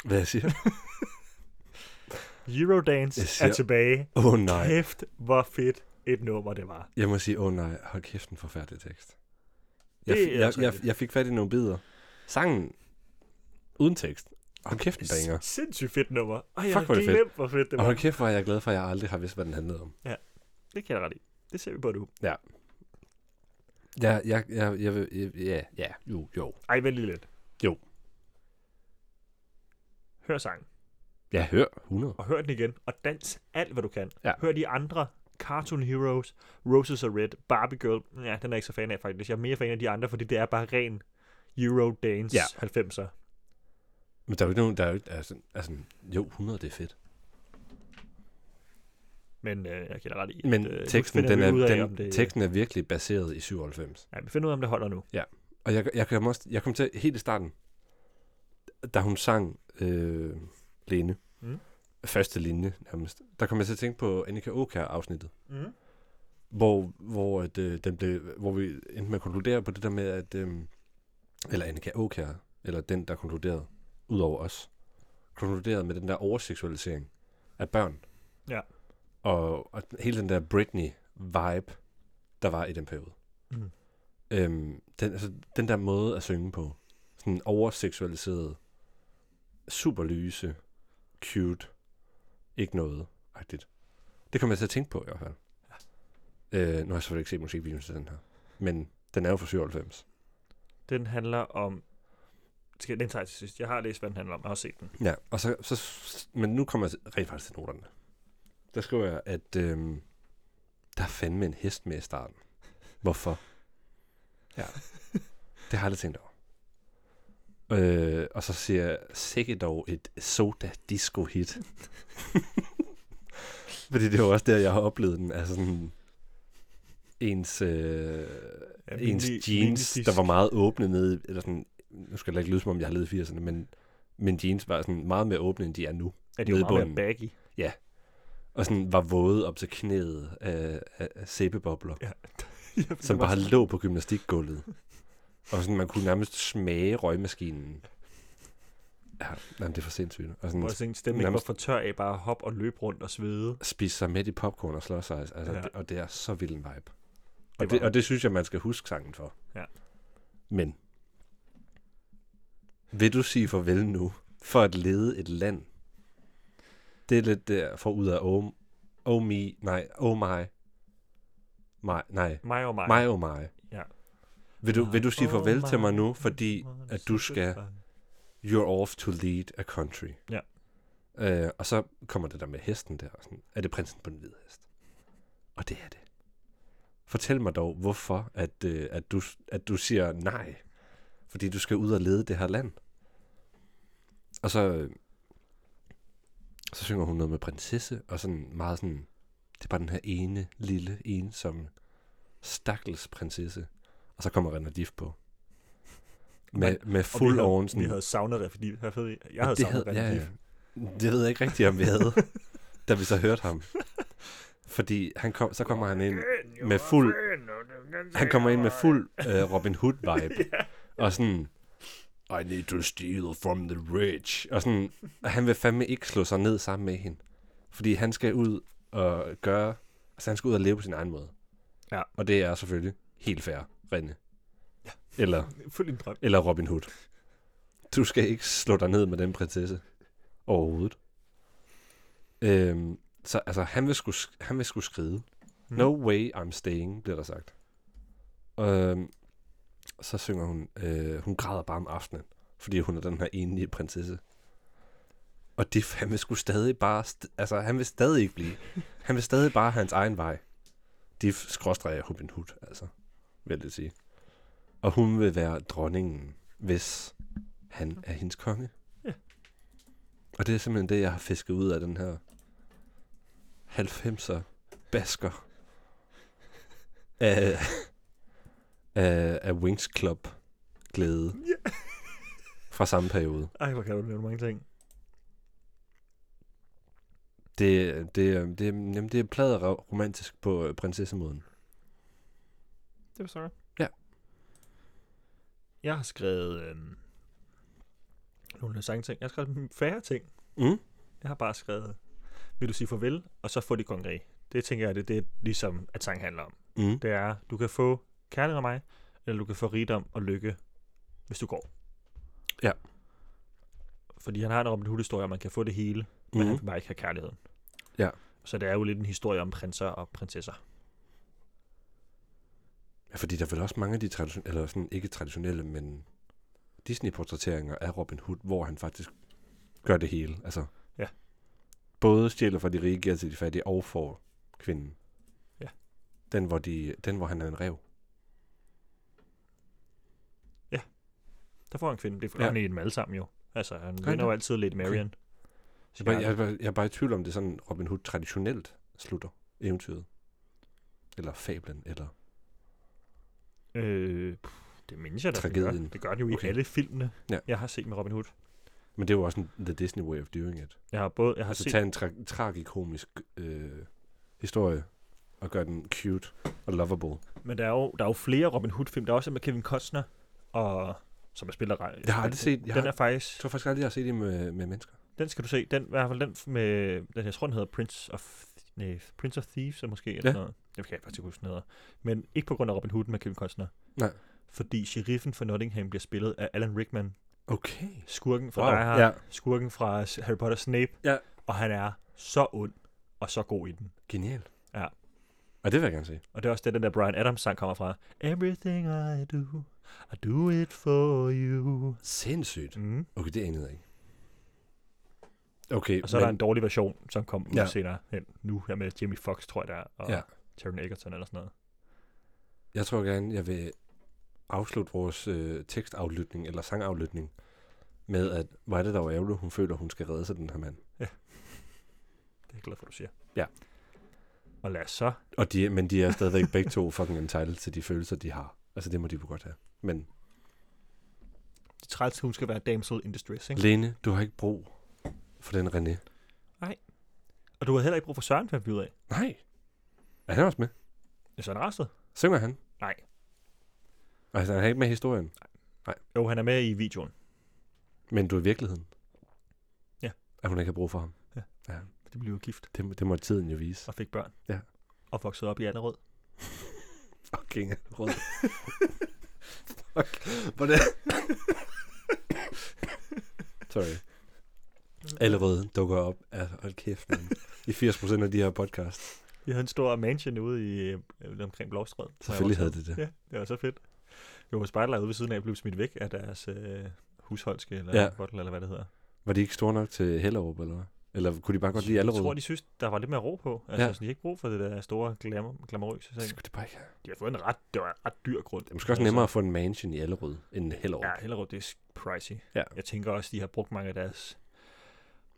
Speaker 3: Hvad jeg siger?
Speaker 2: Eurodance
Speaker 3: Jeg
Speaker 2: siger... er
Speaker 3: siger-
Speaker 2: tilbage.
Speaker 3: Åh oh, nej.
Speaker 2: Kæft, hvor fedt et nummer det var.
Speaker 3: Jeg må sige, åh oh, nej, hold kæft, en forfærdelig tekst. Jeg,
Speaker 2: Det er
Speaker 3: det jeg,
Speaker 2: også
Speaker 3: jeg,
Speaker 2: rigtigt.
Speaker 3: jeg fik fat i nogle bidder. Sangen, uden tekst. Hold kæft, den banger.
Speaker 2: Sindssygt fedt nummer. Og jeg
Speaker 3: Fuck, hvor er
Speaker 2: har
Speaker 3: det fedt.
Speaker 2: glemt, hvor fedt det
Speaker 3: Og
Speaker 2: var.
Speaker 3: hold kæft, hvor er jeg glad for, at jeg aldrig har vidst, hvad den handlede om.
Speaker 2: Det kan jeg ret i. Det ser vi på nu.
Speaker 3: Ja, jeg, jeg, jeg, vil- jeg, ja, ja, jo, jo.
Speaker 2: Ej, vent lige lidt.
Speaker 3: Jo.
Speaker 2: Hør sangen,
Speaker 3: Jeg hører 100.
Speaker 2: og hør den igen, og dans alt, hvad du kan.
Speaker 3: Ja.
Speaker 2: Hør de andre Cartoon Heroes, Roses Are Red, Barbie Girl. Ja, den er jeg ikke så fan af, faktisk. Jeg er mere fan af de andre, fordi det er bare ren Eurodance
Speaker 3: Ja.
Speaker 2: 90'er.
Speaker 3: Men der er jo ikke nogen, der er jo ikke, altså, altså, jo, 100, det er fedt.
Speaker 2: Men øh, jeg giver dig ret i.
Speaker 3: Men
Speaker 2: at, øh, nu
Speaker 3: teksten,
Speaker 2: finder
Speaker 3: den
Speaker 2: vi
Speaker 3: er,
Speaker 2: ud af, om
Speaker 3: den,
Speaker 2: det,
Speaker 3: teksten er virkelig baseret i 97.
Speaker 2: Ja, vi finder ud af, om det holder nu.
Speaker 3: Og jeg, jeg, kom, også, jeg kom til helt i starten, da hun sang øh, Lene,
Speaker 2: Mm.
Speaker 3: mm. første linje nærmest, der kom jeg til at tænke på Annika Åkær-afsnittet,
Speaker 2: Mm.
Speaker 3: hvor, hvor, at, øh, den blev, hvor vi endte med at konkludere på det der med, at øh, eller Annika Åkær, eller den, der konkluderede, ud over os, konkluderede med den der overseksualisering af børn.
Speaker 2: Ja.
Speaker 3: Og, og hele den der Britney-vibe, der var i den periode.
Speaker 2: Mm.
Speaker 3: Øhm, den, altså, den der måde at synge på. Sådan overseksualiseret, super lyse, cute, ikke noget agtigt. Det kommer jeg til at tænke på i hvert fald. Øh, nu har jeg selvfølgelig ikke set musikvideoen til den her. Men den er jo fra 97.
Speaker 2: Den handler om... Skal- Den tager jeg til sidst. Jeg har læst, hvad den handler om. Jeg har også set den.
Speaker 3: Ja, og så, så, men nu kommer jeg rent faktisk til noterne. Der skriver jeg, at øhm, der er fandme en hest med i starten. Hvorfor? Ja, det har jeg aldrig tænkt over. Øh, og så siger jeg, sikkert dog et soda disco hit. Fordi det var også der, jeg har oplevet den. Altså sådan ens, øh,
Speaker 2: Ja,
Speaker 3: ja, ens
Speaker 2: mini-
Speaker 3: jeans,
Speaker 2: minidisk.
Speaker 3: der var meget åbne nede. Eller sådan, nu skal jeg ikke lyde, som om jeg har levet i 80'erne, men min jeans var sådan meget mere åbne, end de er nu
Speaker 2: Er det jo meget mere
Speaker 3: Nedbunden.
Speaker 2: baggy?
Speaker 3: og sådan var våde op til knæet af, af, af sæbebobler,
Speaker 2: Ja.
Speaker 3: som bare lå på gymnastikgulvet. Og sådan, man kunne nærmest smage røgmaskinen. Ja, jamen, det er for sindssygt. Og sådan,
Speaker 2: Hvor jeg tænkte, stemmen ikke var
Speaker 3: nærmest-
Speaker 2: for tør af bare at hoppe og løbe rundt og svede.
Speaker 3: spise sig med i popcorn og slås altså,
Speaker 2: Ja.
Speaker 3: ja. det, og det er så vild en vibe.
Speaker 2: var
Speaker 3: Og det,
Speaker 2: den.
Speaker 3: og det synes jeg, man skal huske sangen for.
Speaker 2: Ja.
Speaker 3: Men, vil du sige farvel nu, for at lede et land? Det er lidt der, for ud af oh, oh me, nej, oh my, my nej,
Speaker 2: Mig og mig.
Speaker 3: mig oh my.
Speaker 2: Ja.
Speaker 3: Vil du, vil du sige
Speaker 2: Oh
Speaker 3: farvel til
Speaker 2: my,
Speaker 3: mig nu, fordi
Speaker 2: Hvor er det
Speaker 3: at
Speaker 2: så
Speaker 3: du
Speaker 2: fedt,
Speaker 3: skal
Speaker 2: bare.
Speaker 3: you're off to lead a country.
Speaker 2: Ja.
Speaker 3: Øh, og så kommer det der med hesten der. og Sådan, er det prinsen på den hvide hest? Og det er det. Fortæl mig dog, hvorfor at, øh, at, du, at du siger nej. Fordi du skal ud og lede det her land. Og så, øh, så synger hun noget med prinsesse, og sådan meget sådan, det er bare den her ene, lille, ensomme, stakkels prinsesse. Og så kommer Renardif på. Med, med
Speaker 2: Og vi
Speaker 3: fuld
Speaker 2: havde-
Speaker 3: on, sådan,
Speaker 2: Vi havde savnet det, fordi jeg havde, jeg
Speaker 3: og
Speaker 2: havde
Speaker 3: det
Speaker 2: savnet det.
Speaker 3: ja,
Speaker 2: Ja,
Speaker 3: ja. Det ved jeg ikke rigtigt, om vi havde, da vi så hørte ham. Fordi han kom, så kommer han ind med fuld... Han kommer ind med fuld øh, Robin Hood-vibe. Og sådan... I need to steal from the rich. Og sådan... og Han vil fandme ikke slå sig ned sammen med hende. Fordi han skal ud og gøre... Altså han skal ud og leve på sin egen måde.
Speaker 2: Ja.
Speaker 3: Og det er selvfølgelig helt fair, Rene. Eller
Speaker 2: Fuld en drøm.
Speaker 3: eller Robin Hood. Du skal ikke slå dig ned med den prinsesse. Overhovedet. Øhm, så altså, han vil skulle, han vil skulle skride.
Speaker 2: Mm.
Speaker 3: No way I'm staying, bliver der sagt. Øhm, så synger hun, øh, hun græder bare om aftenen, fordi hun er den her enlige prinsesse. Og det, han vil skulle stadig bare, st- altså han vil stadig ikke blive. Han vil stadig bare have hans egen vej. Det skråstreger Robin Hood, altså, vil jeg lidt sige. Og hun vil være dronningen, hvis han er hendes konge.
Speaker 2: Ja.
Speaker 3: Og det er simpelthen det, jeg har fisket ud af den her 90'er basker af, af, af Wings Club glæde
Speaker 2: Ja.
Speaker 3: fra samme periode.
Speaker 2: Ej, hvor kan du nævne mange ting.
Speaker 3: Det, det, er- det, er- jamen, det er pladet ro- romantisk på øh, prinsessemåden.
Speaker 2: Det var sorry.
Speaker 3: Ja.
Speaker 2: Jeg har skrevet... Øhm, nogle sangting. Jeg har skrevet færre ting.
Speaker 3: Mm.
Speaker 2: Jeg har bare skrevet, vil du sige farvel, og så få det kongre. Det tænker jeg, det, det er ligesom, at sang handler om.
Speaker 3: Mm.
Speaker 2: Det er, du kan få kærlighed af mig, eller du kan få rigdom og lykke, hvis du går.
Speaker 3: Ja.
Speaker 2: Fordi han har en Robin Hood-historie, og man kan få det hele, men mm. han
Speaker 3: Mm.
Speaker 2: vil bare ikke have kærligheden.
Speaker 3: Ja.
Speaker 2: Så det er jo lidt en historie om prinser og prinsesser.
Speaker 3: Ja, fordi der er vel også mange af de traditionelle, eller sådan ikke traditionelle, men Disney-portrætteringer af Robin Hood, hvor han faktisk gør det hele. Altså,
Speaker 2: Ja.
Speaker 3: Både stjæler fra de rige, giver til de fattige, og for kvinden.
Speaker 2: Ja.
Speaker 3: Den, hvor, de, den, hvor han er en rev.
Speaker 2: Der får han en kvinde. Det får
Speaker 3: Ja.
Speaker 2: ja. han i dem alle sammen jo. Altså, han
Speaker 3: han
Speaker 2: vinder jo altid lidt Marion.
Speaker 3: Jeg, jeg, jeg, er bare- jeg er bare i tvivl om, det er sådan, Robin Hood traditionelt slutter eventyret. Eller fablen, eller...
Speaker 2: Øh, pff, det mindes jeg da. den
Speaker 3: Tragedien.
Speaker 2: Gør. Det gør den jo i
Speaker 3: Okay.
Speaker 2: alle filmene,
Speaker 3: Ja.
Speaker 2: jeg har set med Robin Hood.
Speaker 3: Men det er jo også en, the Disney way of doing it.
Speaker 2: Jeg har både, jeg har
Speaker 3: Altså
Speaker 2: set,
Speaker 3: tage en tra- tragikomisk øh, historie og gøre den cute og lovable.
Speaker 2: men der er, jo, der er jo flere Robin Hood-film. Der er også en med Kevin Costner, og, som er spiller.
Speaker 3: Jeg har aldrig set... Jeg,
Speaker 2: den
Speaker 3: har,
Speaker 2: er faktisk,
Speaker 3: jeg tror faktisk aldrig, jeg har set det med, med mennesker.
Speaker 2: den skal du se. Den, i hvert fald den med, den, jeg tror, den hedder Prince of, nej, Prince of Thieves, eller måske, eller
Speaker 3: Ja.
Speaker 2: ja. noget. Det kan jeg faktisk ikke huske, den hedder. Men ikke på grund af Robin Hood med Kevin Costner.
Speaker 3: Nej.
Speaker 2: Fordi sheriffen fra Nottingham bliver spillet af Alan Rickman,
Speaker 3: Okay.
Speaker 2: skurken fra
Speaker 3: Wow.
Speaker 2: Die Hard,
Speaker 3: Ja.
Speaker 2: skurken fra S- Harry Potter Snape,
Speaker 3: Ja.
Speaker 2: og han er så ond og så god i den.
Speaker 3: Genial.
Speaker 2: Ja.
Speaker 3: Og det vil jeg gerne se.
Speaker 2: Og det er også det, den der Brian Adams sang kommer fra. Everything I do, I do it for you.
Speaker 3: Sindssygt.
Speaker 2: Mm.
Speaker 3: Okay, det anede jeg ikke. Okay,
Speaker 2: Og så er der en dårlig version, som kom
Speaker 3: Ja.
Speaker 2: ja. senere hen. Nu her med Jamie Foxx, tror jeg der, og
Speaker 3: Ja.
Speaker 2: ja. Taron Egerton eller sådan noget.
Speaker 3: jeg tror gerne, jeg vil afslutte vores øh, tekstaflytning eller sangaflytning med, at hvor er det dog ærgerligt, hun føler, hun skal redde sig, den her mand.
Speaker 2: Det er jeg glad for, du siger.
Speaker 3: Ja.
Speaker 2: Og lad os så.
Speaker 3: Og de, men de er stadigvæk begge to fucking entitled til de følelser, de har. Altså, det må de jo godt have. Men
Speaker 2: Det træls, hun skal være damsel in distress, ikke?
Speaker 3: Lene, du har ikke brug for den René.
Speaker 2: Og du har heller ikke brug for Søren, fandt vi ud af.
Speaker 3: Nej. Er han også med?
Speaker 2: Ja, Søren Rasted.
Speaker 3: Synger han?
Speaker 2: Nej.
Speaker 3: Altså, han er ikke med i historien,
Speaker 2: Jo, han er med i videoen.
Speaker 3: men du er i virkeligheden.
Speaker 2: Ja.
Speaker 3: At hun ikke har brug for ham.
Speaker 2: Det blev jo gift
Speaker 3: Det, må- det må tiden jo vise.
Speaker 2: og fik børn.
Speaker 3: Ja.
Speaker 2: Og voksede op i Allerød.
Speaker 3: Fucking rød. Fuck. Hvordan? Sorry. Allerede dukker op. Altså, hold kæft, man. I 80% af de her podcast.
Speaker 2: Vi havde en stor mansion ude i, øh, omkring Blåstræd. hvor jeg
Speaker 3: Selvfølgelig
Speaker 2: voksede
Speaker 3: havde det
Speaker 2: Ja,
Speaker 3: det.
Speaker 2: det var så fedt. Jo, og spejderlejret ude ved siden af blev smidt væk af deres øh, husholdske, eller
Speaker 3: Ja.
Speaker 2: ja. bottle, eller hvad det hedder.
Speaker 3: Var de ikke store nok til Hellerup, eller hvad? Eller kunne de bare godt lide allerede?
Speaker 2: Jeg tror, de synes, der var lidt mere ro på. Altså,
Speaker 3: Ja.
Speaker 2: ja. sådan, de har ikke brug for det der store, glamour, glamourøse
Speaker 3: det
Speaker 2: ting.
Speaker 3: skulle de bare ikke have.
Speaker 2: De har fået en ret, det var en ret dyr grund.
Speaker 3: Det er måske også nemmere at få en mansion i Allerød end Hellerup.
Speaker 2: Ja, Hellerup, det er pricey.
Speaker 3: Ja.
Speaker 2: Jeg tænker også, de har brugt mange af deres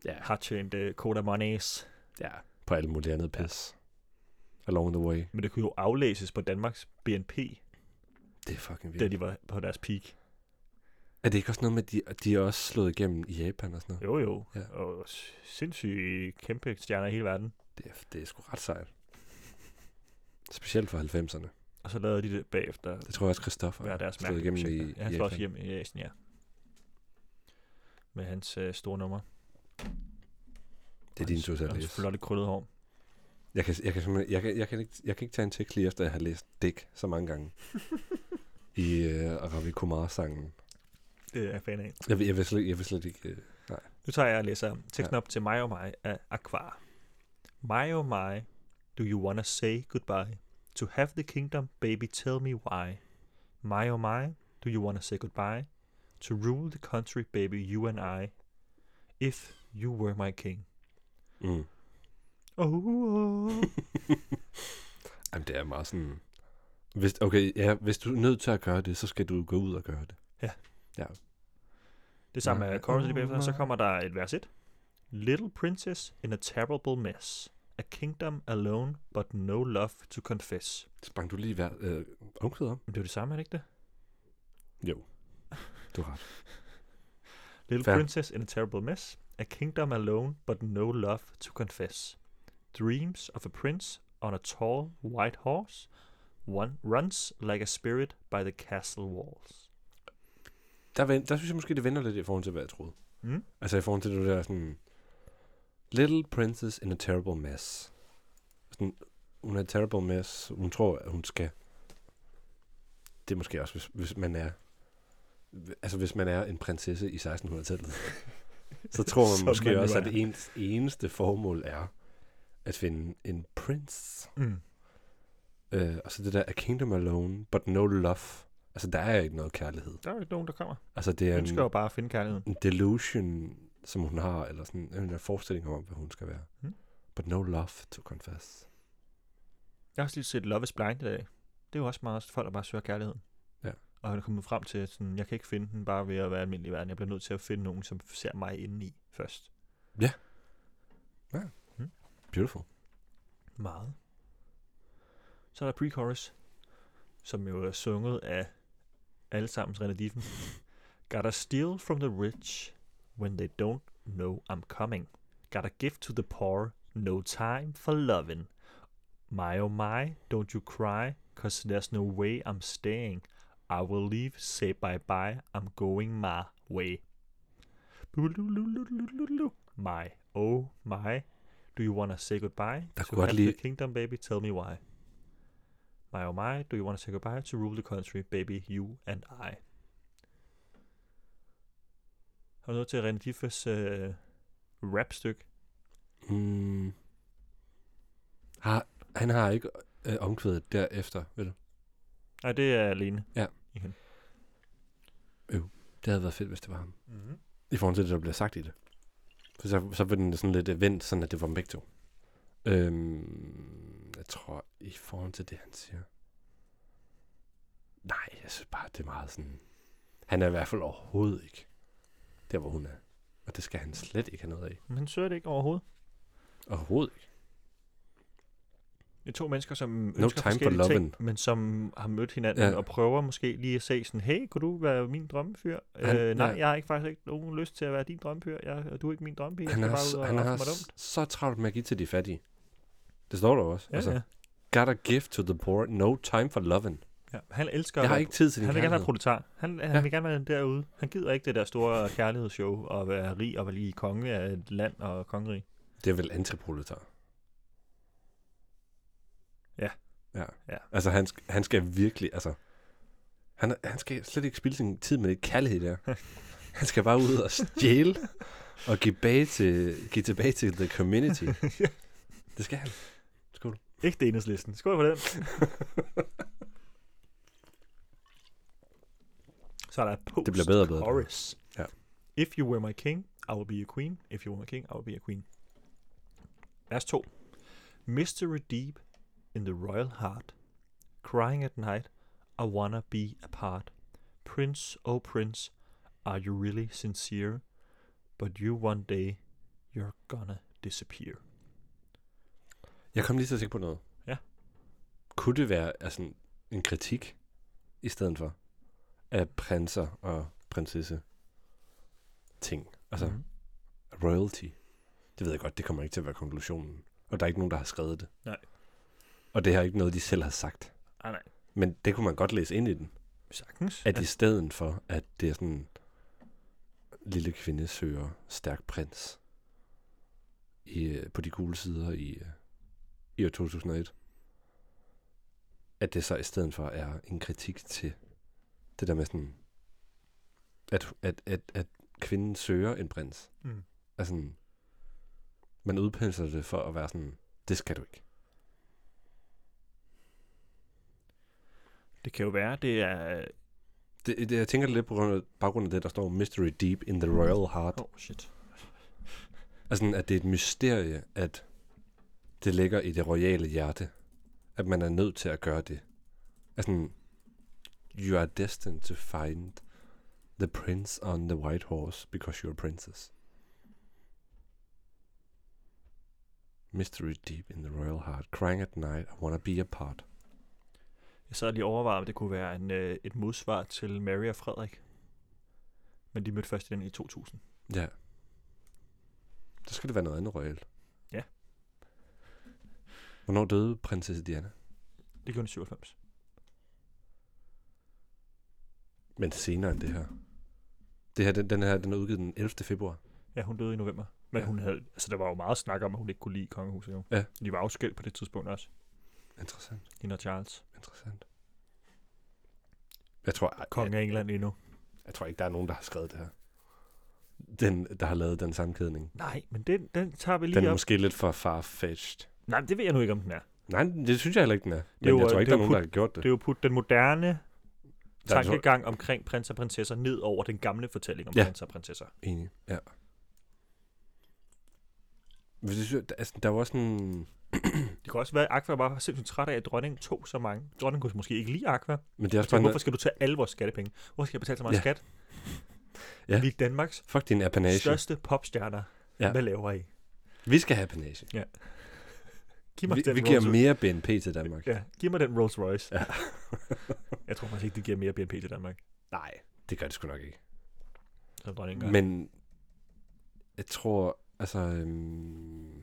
Speaker 3: Ja.
Speaker 2: hard tjente Koda Monies.
Speaker 3: ja. På alle mulige andet pis. Along the way.
Speaker 2: Men det kunne jo aflæses på Danmarks BNP,
Speaker 3: Det er fucking
Speaker 2: da
Speaker 3: vildt.
Speaker 2: de var på deres peak.
Speaker 3: Er det ikke også noget med, at de, at de er også slået igennem i Japan og sådan noget?
Speaker 2: Jo, jo.
Speaker 3: Ja.
Speaker 2: Ja. Og s- sindssygt kæmpe stjerner i hele verden.
Speaker 3: Det er, det er sgu ret sejt. Specielt for 90'erne.
Speaker 2: Og så lavede de det bagefter.
Speaker 3: Det tror jeg også, Christoffer
Speaker 2: Hver deres
Speaker 3: slået
Speaker 2: mærke.
Speaker 3: igennem i,
Speaker 2: projekter. Ja, han
Speaker 3: i
Speaker 2: slår også
Speaker 3: Japan.
Speaker 2: hjem i Asien, ja. Med hans øh, store nummer.
Speaker 3: Det er din tur til at
Speaker 2: Og hans
Speaker 3: læse.
Speaker 2: flotte krøllede hår.
Speaker 3: Jeg kan, jeg, kan simpelthen- jeg, kan, jeg, kan ikke, jeg kan ikke tage en tekst lige efter, at jeg har læst Dick så mange gange. I øh, Ravi Kumar-sangen.
Speaker 2: Det er jeg fan af.
Speaker 3: Jeg, vil- jeg, vil slet, jeg vil slet ikke... Øh,
Speaker 2: Nu tager jeg og læser teksten ja. op til Mig og mig af Aquar. My oh my, do you wanna say goodbye? To have the kingdom, baby, tell me why. My oh my, do you wanna say goodbye? To rule the country, baby, you and I. If you were my king.
Speaker 3: mm.
Speaker 2: Oh, oh.
Speaker 3: Jamen, det er meget sådan... Hvis, okay, ja, hvis du er nødt til at gøre det, så skal du gå ud og gøre det.
Speaker 2: Det samme
Speaker 3: Nej.
Speaker 2: er Chorus lige bagefter. Så
Speaker 3: Nej.
Speaker 2: kommer der et vers 1. Little princess in a terrible mess. A kingdom alone, but no love to confess.
Speaker 3: Sprang du lige hver, øh, omkvædet om?
Speaker 2: Men det er jo det samme, er det ikke det?
Speaker 3: Jo. Du har ret.
Speaker 2: Little
Speaker 3: Fair.
Speaker 2: princess in a terrible mess. A kingdom alone, but no love to confess. Dreams of a prince on a tall white horse. One runs like a spirit by the castle walls.
Speaker 3: der, ven- der synes jeg måske, det vender lidt i forhold til, hvad jeg troede.
Speaker 2: Mm?
Speaker 3: Altså i forhold til det der sådan... Little princess in a terrible mess. Sådan, hun er et terrible mess. Hun tror, at hun skal... Det er måske også, hvis, hvis man er... Altså hvis man er en prinsesse i 1600-tallet, så tror
Speaker 2: Som
Speaker 3: man måske
Speaker 2: man jo
Speaker 3: også,
Speaker 2: er.
Speaker 3: at ens eneste formål er at finde en prince.
Speaker 2: Mm.
Speaker 3: Øh, og så det der, a kingdom alone, but no love. Altså der er ikke noget kærlighed.
Speaker 2: Der er jo ikke nogen, der kommer.
Speaker 3: Altså det er
Speaker 2: Jeg
Speaker 3: en,
Speaker 2: ønsker jo bare at finde kærligheden.
Speaker 3: en delusion, som hun har, eller sådan en en forestilling om, hvad hun skal være.
Speaker 2: Mm.
Speaker 3: But no love to confess.
Speaker 2: Jeg har også lige set Love is Blind i dag. Det er jo også meget folk, der bare søger kærligheden.
Speaker 3: Ja.
Speaker 2: Og han er kommet frem til, at sådan, jeg kan ikke finde den bare ved at være almindelig i verden. Jeg bliver nødt til at finde nogen, som ser mig indeni først.
Speaker 3: Beautiful.
Speaker 2: Meget. Så er der pre-chorus, som jo er sunget af alle sammen René Diffen. Gotta steal from the rich when they don't know I'm coming. Gotta give to the poor, no time for loving. My oh my, don't you cry, cause there's no way I'm staying. I will leave, say bye bye, I'm going my way. Bululululululu. My oh my, do you wanna say goodbye?
Speaker 3: Der
Speaker 2: to
Speaker 3: kunne godt
Speaker 2: have the
Speaker 3: lide-
Speaker 2: kingdom, baby, tell me why. My oh my, do you wanna say goodbye to rule the country, baby, you and I. Har du noget til René Diffes øh, rapstykke?
Speaker 3: Mm. Har, han har ikke øh, omkvædet derefter, ved du?
Speaker 2: Nej, det er alene.
Speaker 3: Det havde været fedt, hvis det var ham.
Speaker 2: Mm-hmm.
Speaker 3: I forhold til det, der bliver sagt i det. For så, så blev den sådan lidt øh, vendt, sådan at det var dem begge to. Øhm, jeg tror, i forhold til det, han siger... Nej, jeg synes bare, det er meget sådan... Han er i hvert fald overhovedet ikke der, hvor hun er. Og det skal han slet ikke have noget af.
Speaker 2: Men han søger det ikke overhovedet.
Speaker 3: Overhovedet ikke.
Speaker 2: Det er to mennesker, som no ønsker
Speaker 3: time for
Speaker 2: forskellige ting,
Speaker 3: lovin'.
Speaker 2: men som har mødt hinanden ja.
Speaker 3: Ja.
Speaker 2: og prøver måske lige at se sådan, hey, kunne du være min drømmefyr?
Speaker 3: Han-
Speaker 2: øh, nej,
Speaker 3: nej.
Speaker 2: jeg har ikke faktisk ikke nogen lyst til at være din drømmefyr, jeg, og du er ikke min drømmepige, jeg
Speaker 3: Han
Speaker 2: skal
Speaker 3: har,
Speaker 2: bare ud
Speaker 3: s-
Speaker 2: og
Speaker 3: han
Speaker 2: opføre
Speaker 3: har
Speaker 2: mig dumt.
Speaker 3: s- så travlt med at give til de fattige. Det står der jo også.
Speaker 2: Ja, altså, ja.
Speaker 3: Gotta give to the poor, no time for loving.
Speaker 2: ja. Han elsker
Speaker 3: Jeg
Speaker 2: at
Speaker 3: har
Speaker 2: være-
Speaker 3: ikke tid til din
Speaker 2: han vil gerne være
Speaker 3: kærlighed.
Speaker 2: proletar. Han, han
Speaker 3: Ja.
Speaker 2: vil gerne være derude. Han gider ikke det der store kærlighedsshow og være rig og være lige konge af et land og kongerig.
Speaker 3: Det er vel antiproletar.
Speaker 2: Ja.
Speaker 3: Ja.
Speaker 2: Ja.
Speaker 3: Altså, han, sk- han skal virkelig, altså... Han, er- han skal slet ikke spille sin tid med det kærlighed der. han skal bare ud og stjæle og give, bag til, give tilbage til the community. Det skal han. Skål.
Speaker 2: Ikke det enhedslisten. Skål for den. Så er der post
Speaker 3: Det bliver bedre og bedre.
Speaker 2: chorus.
Speaker 3: Ja.
Speaker 2: If you were my king, I would be a queen. If you were my king, I would be a queen. Vers 2. Mystery deep in the royal heart. Crying at night, I wanna be apart. Prince, oh prince, are you really sincere? But you one day, you're gonna disappear.
Speaker 3: Jeg kom lige til at tænke på noget.
Speaker 2: Ja.
Speaker 3: Kunne det være altså, en kritik i stedet for af prinser og prinsesse ting? Altså,
Speaker 2: Mhm.
Speaker 3: royalty. Det ved jeg godt, det kommer ikke til at være konklusionen. Og der er ikke nogen, der har skrevet det.
Speaker 2: Nej.
Speaker 3: Og det er ikke noget, de selv har sagt.
Speaker 2: Ah, nej.
Speaker 3: Men det kunne man godt læse ind i den.
Speaker 2: Sagtens.
Speaker 3: At i stedet for, at det er sådan, lille kvinde søger stærk prins i, øh, på de gule sider i, øh, i år 2001. At det så i stedet for er en kritik til det der med sådan, at, at, at, at kvinden søger en prins.
Speaker 2: Mm.
Speaker 3: Altså, sådan, man udpensler det for at være sådan, det skal du ikke.
Speaker 2: Det kan jo være, det er...
Speaker 3: Det, det, jeg tænker det lidt på grund af, baggrund af det, der står Mystery Deep in the Royal Heart.
Speaker 2: Oh, shit.
Speaker 3: Altså, sådan, at det er et mysterie, at det ligger i det royale hjerte, at man er nødt til at gøre det. Altså, you are destined to find the prince on the white horse because you're a princess. Mystery deep in the royal heart, crying at night, I wanna be a part.
Speaker 2: Jeg sad lige og overvejede, om det kunne være en, øh, et modsvar til Mary og Frederik. Men de mødte først den i 2000.
Speaker 3: Ja. Så skal det være noget andet royal.
Speaker 2: Ja.
Speaker 3: Hvornår døde prinsesse Diana?
Speaker 2: Det gjorde den i 97.
Speaker 3: Men senere end det her. Det her, den, den her, den er udgivet den 11. februar.
Speaker 2: Ja, hun døde i november. Men
Speaker 3: Ja.
Speaker 2: ja. hun havde, altså, der var jo meget snak om, at hun ikke kunne lide kongehuset. Jo.
Speaker 3: Ja.
Speaker 2: De var afskilt på det tidspunkt også,
Speaker 3: Interessant,
Speaker 2: hende og Charles.
Speaker 3: interessant. Jeg tror, ej, jeg,
Speaker 2: Konge af England endnu.
Speaker 3: jeg tror ikke, der er nogen, der har skrevet det her. Den, der har lavet den sammenkædning.
Speaker 2: Nej, men den, den tager vi lige
Speaker 3: Den er
Speaker 2: op.
Speaker 3: måske lidt for farfetched.
Speaker 2: Nej, men det ved jeg nu ikke, om den er.
Speaker 3: Nej, det synes jeg heller ikke, den er. Men
Speaker 2: jo,
Speaker 3: jeg tror
Speaker 2: øh,
Speaker 3: ikke,
Speaker 2: det
Speaker 3: der
Speaker 2: er
Speaker 3: er
Speaker 2: jo
Speaker 3: nogen, der har gjort det.
Speaker 2: Det er jo putt den moderne
Speaker 3: Der er så-
Speaker 2: tankegang omkring prins og prinsesser ned over den gamle fortælling om
Speaker 3: Ja.
Speaker 2: ja. prins og prinsesser.
Speaker 3: Enig, ja. Men det synes jeg, der, altså, der var også en...
Speaker 2: Det kan også være, at Aqua var sindssygt træt af, at dronningen tog så mange. Dronningen kunne måske ikke lide Aqua.
Speaker 3: Men det er også
Speaker 2: Så
Speaker 3: bare...
Speaker 2: Altså, hvorfor
Speaker 3: Hvorfor...
Speaker 2: skal du tage alle vores skattepenge? Hvorfor skal jeg betale så meget
Speaker 3: Ja.
Speaker 2: ja. skat?
Speaker 3: Ja.
Speaker 2: Ja. Vi er Danmarks
Speaker 3: Fuck din apanage.
Speaker 2: største popstjerner.
Speaker 3: Ja.
Speaker 2: Ja. Hvad laver I?
Speaker 3: Vi skal have apanage.
Speaker 2: Giv mig
Speaker 3: Vi,
Speaker 2: den
Speaker 3: vi giver
Speaker 2: Rolls-
Speaker 3: mere BNP til Danmark.
Speaker 2: Ja, giv mig den Rolls Royce.
Speaker 3: Ja.
Speaker 2: Jeg tror faktisk ikke, det giver mere BNP til Danmark,
Speaker 3: Nej, det gør det sgu nok ikke.
Speaker 2: som dronningen gør.
Speaker 3: Ja. Men jeg tror, altså... Øhm,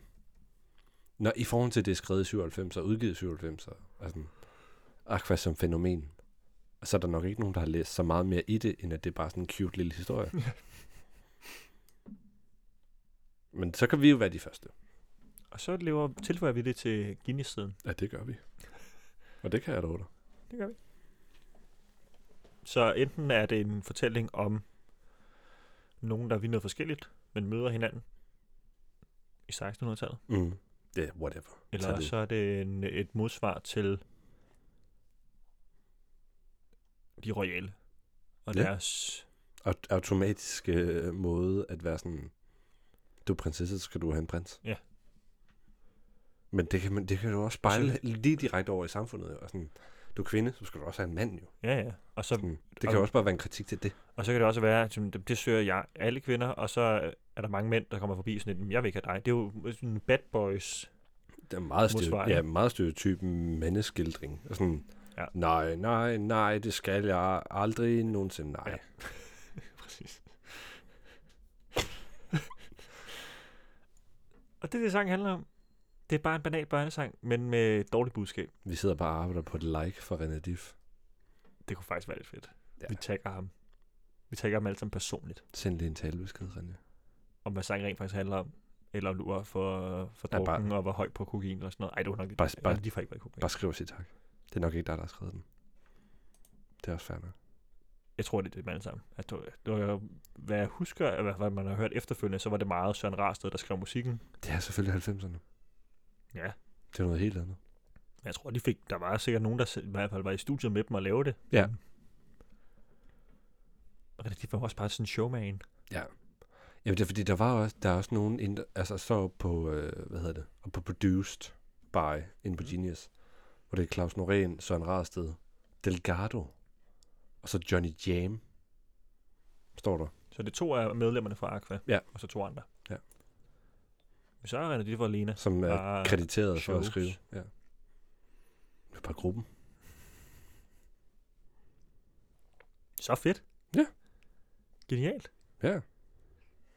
Speaker 3: når, I forhold til det er skrevet i 97 og udgivet i 97, og altså, Aqua som fænomen, så er der nok ikke nogen, der har læst så meget mere i det, end at det er bare sådan en cute lille historie. Men så kan vi jo være de første.
Speaker 2: Og så lever, tilføjer vi det til Guinness-siden.
Speaker 3: Ja, det gør vi. Og det kan jeg da dig.
Speaker 2: Det gør vi. Så enten er det en fortælling om nogen, der vil noget forskelligt, men møder hinanden i 1600-tallet.
Speaker 3: Mm. Ja, yeah, whatever.
Speaker 2: Eller
Speaker 3: Tag det.
Speaker 2: så er det en, et modsvar til de royale og
Speaker 3: Ja.
Speaker 2: ja. deres...
Speaker 3: Aut- automatisk øh, måde at være sådan, du er prinsesse, så skal du have en prins.
Speaker 2: Ja.
Speaker 3: Men det kan, man, det kan du også spejle lige direkte over i samfundet. jo, Og sådan, du er kvinde, så skal du også have en mand jo.
Speaker 2: Ja, ja. Og så,
Speaker 3: Sådan, det kan jo også bare være en kritik til det.
Speaker 2: og så kan det også være, at sådan, det, det søger jeg alle kvinder, og så er der mange mænd, der kommer forbi sådan lidt, "Men jeg vil ikke have dig. Det er jo sådan en bad boys.
Speaker 3: Det er meget, stereo,
Speaker 2: Modsvar,
Speaker 3: ja,
Speaker 2: ja.
Speaker 3: meget stereotyp mandeskildring. Og sådan, ja.
Speaker 2: Ja.
Speaker 3: nej, nej, nej, det skal jeg aldrig nogensinde, nej.
Speaker 2: Ja.
Speaker 3: Ja.
Speaker 2: Præcis. og det er det, sangen handler om. Det er bare en banal børnesang, men med et dårligt budskab.
Speaker 3: Vi sidder bare og arbejder på et like for René Diff.
Speaker 2: Det kunne faktisk være lidt fedt.
Speaker 3: Ja.
Speaker 2: Ja. Vi tagger ham. Vi tagger ham alle sammen personligt,
Speaker 3: Send lige en talebesked, René.
Speaker 2: om hvad sangen rent faktisk handler om. Eller om du var for, for
Speaker 3: Ja, bare-
Speaker 2: drukken og var høj på kokain eller sådan noget. Ej, det var nok
Speaker 3: Bare- bare-
Speaker 2: eller de får ikke været kokain.
Speaker 3: Bare skriv og sig tak. Det er nok ikke dig, der har skrevet den. Det er også fair nok.
Speaker 2: Jeg tror, det er det, man alle sammen. At det var, det var, hvad jeg husker, og hvad- hvad man har hørt efterfølgende, så var det meget Søren Rarsted, der skrev musikken.
Speaker 3: Det er selvfølgelig 90'erne.
Speaker 2: Ja.
Speaker 3: Det er noget helt andet.
Speaker 2: Men Jeg tror, de fik, der var sikkert nogen, der selv- i hvert fald var i studiet med dem og lavede det.
Speaker 3: Ja.
Speaker 2: Og det- de var også bare sådan en showman.
Speaker 3: Jamen, det er fordi, der var også, der er også nogen, ind, altså så på, øh, hvad hedder det, og på Produced by, inde på
Speaker 2: Mm.
Speaker 3: Genius, hvor det er Claus Norén, Søren Rarsted, Delgado, og så Johnny Jam, står der.
Speaker 2: Så det er to af medlemmerne fra Aqua,
Speaker 3: Ja.
Speaker 2: og så to andre.
Speaker 3: Ja.
Speaker 2: Men så er det, de var alene.
Speaker 3: Som er
Speaker 2: Bare
Speaker 3: krediteret for at
Speaker 2: Ah, shows.
Speaker 3: skrive. Ja. Det er bare gruppen.
Speaker 2: Så fedt.
Speaker 3: Ja.
Speaker 2: Genialt.
Speaker 3: Ja,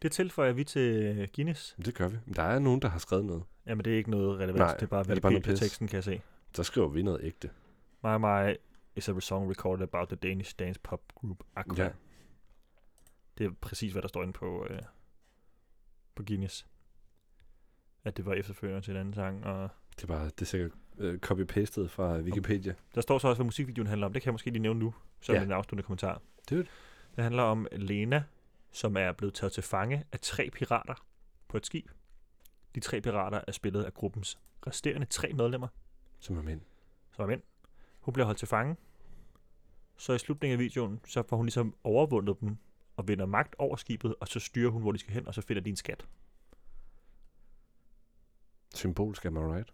Speaker 2: Det tilføjer vi til Guinness.
Speaker 3: det gør vi. Men der er nogen, der har skrevet noget.
Speaker 2: Jamen, det er ikke noget relevant.
Speaker 3: Nej,
Speaker 2: det er bare,
Speaker 3: det er bare noget pis.
Speaker 2: Wikipedia-teksten, kan jeg se.
Speaker 3: Så skriver vi noget ægte.
Speaker 2: My My is a song recorded about the Danish dance pop group Aqua.
Speaker 3: Ja.
Speaker 2: Ja. Det er præcis, hvad der står inde på, øh, på Guinness. At det var efterfølgende til en anden sang. Og
Speaker 3: Det er bare, det er sikkert øh, copy-pastet fra Wikipedia.
Speaker 2: der står så også, hvad musikvideoen handler om. Det kan jeg måske lige nævne nu, som
Speaker 3: Ja.
Speaker 2: ja. en afsluttende kommentar.
Speaker 3: Det er det.
Speaker 2: Det handler om Lena, som er blevet taget til fange af tre pirater på et skib. De tre pirater er spillet af gruppens resterende tre medlemmer.
Speaker 3: Som er mænd.
Speaker 2: som er mænd. Hun bliver holdt til fange. Så i slutningen af videoen, så får hun ligesom overvundet dem og vinder magt over skibet, og så styrer hun, hvor de skal hen, og så finder de en skat.
Speaker 3: Symbolsk, am I right?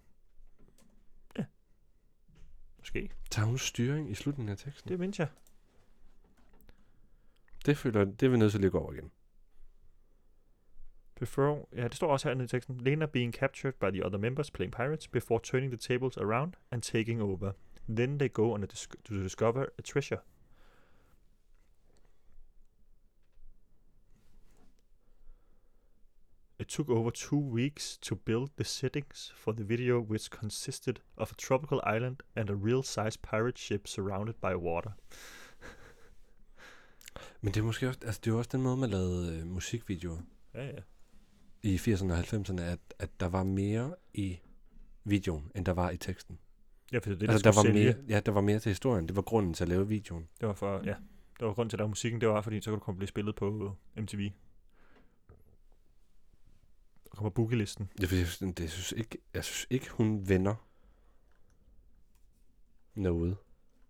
Speaker 2: Måske.
Speaker 3: Tager hun styring i slutningen af teksten?
Speaker 2: Det mindes jeg.
Speaker 3: Det føler det er vi nødt til lige at gå over igen.
Speaker 2: Before, ja, det står også hernede i teksten. Lena being captured by the other members playing pirates before turning the tables around and taking over. Then they go on a dis- to discover a treasure. It took over two weeks to build the settings for the video, which consisted of a tropical island and a real-sized pirate ship surrounded by water.
Speaker 3: Men det er måske også, altså det er jo også den måde, man lavede øh, musikvideoer
Speaker 2: Ja, ja.
Speaker 3: i 80'erne og 90'erne, at, at der var mere i videoen, end der var i teksten.
Speaker 2: Ja, for det, er det
Speaker 3: Det,
Speaker 2: der,
Speaker 3: altså, der var,
Speaker 2: sælge,
Speaker 3: mere, ja, der var mere til historien. Det var grunden til at lave videoen.
Speaker 2: det var for, ja, det var grund til, at der var musikken, det var, fordi så kunne du komme blive spillet på MTV. Der kommer bookelisten.
Speaker 3: Det, er fordi, jeg, synes, det jeg synes ikke, jeg synes ikke, hun vender noget.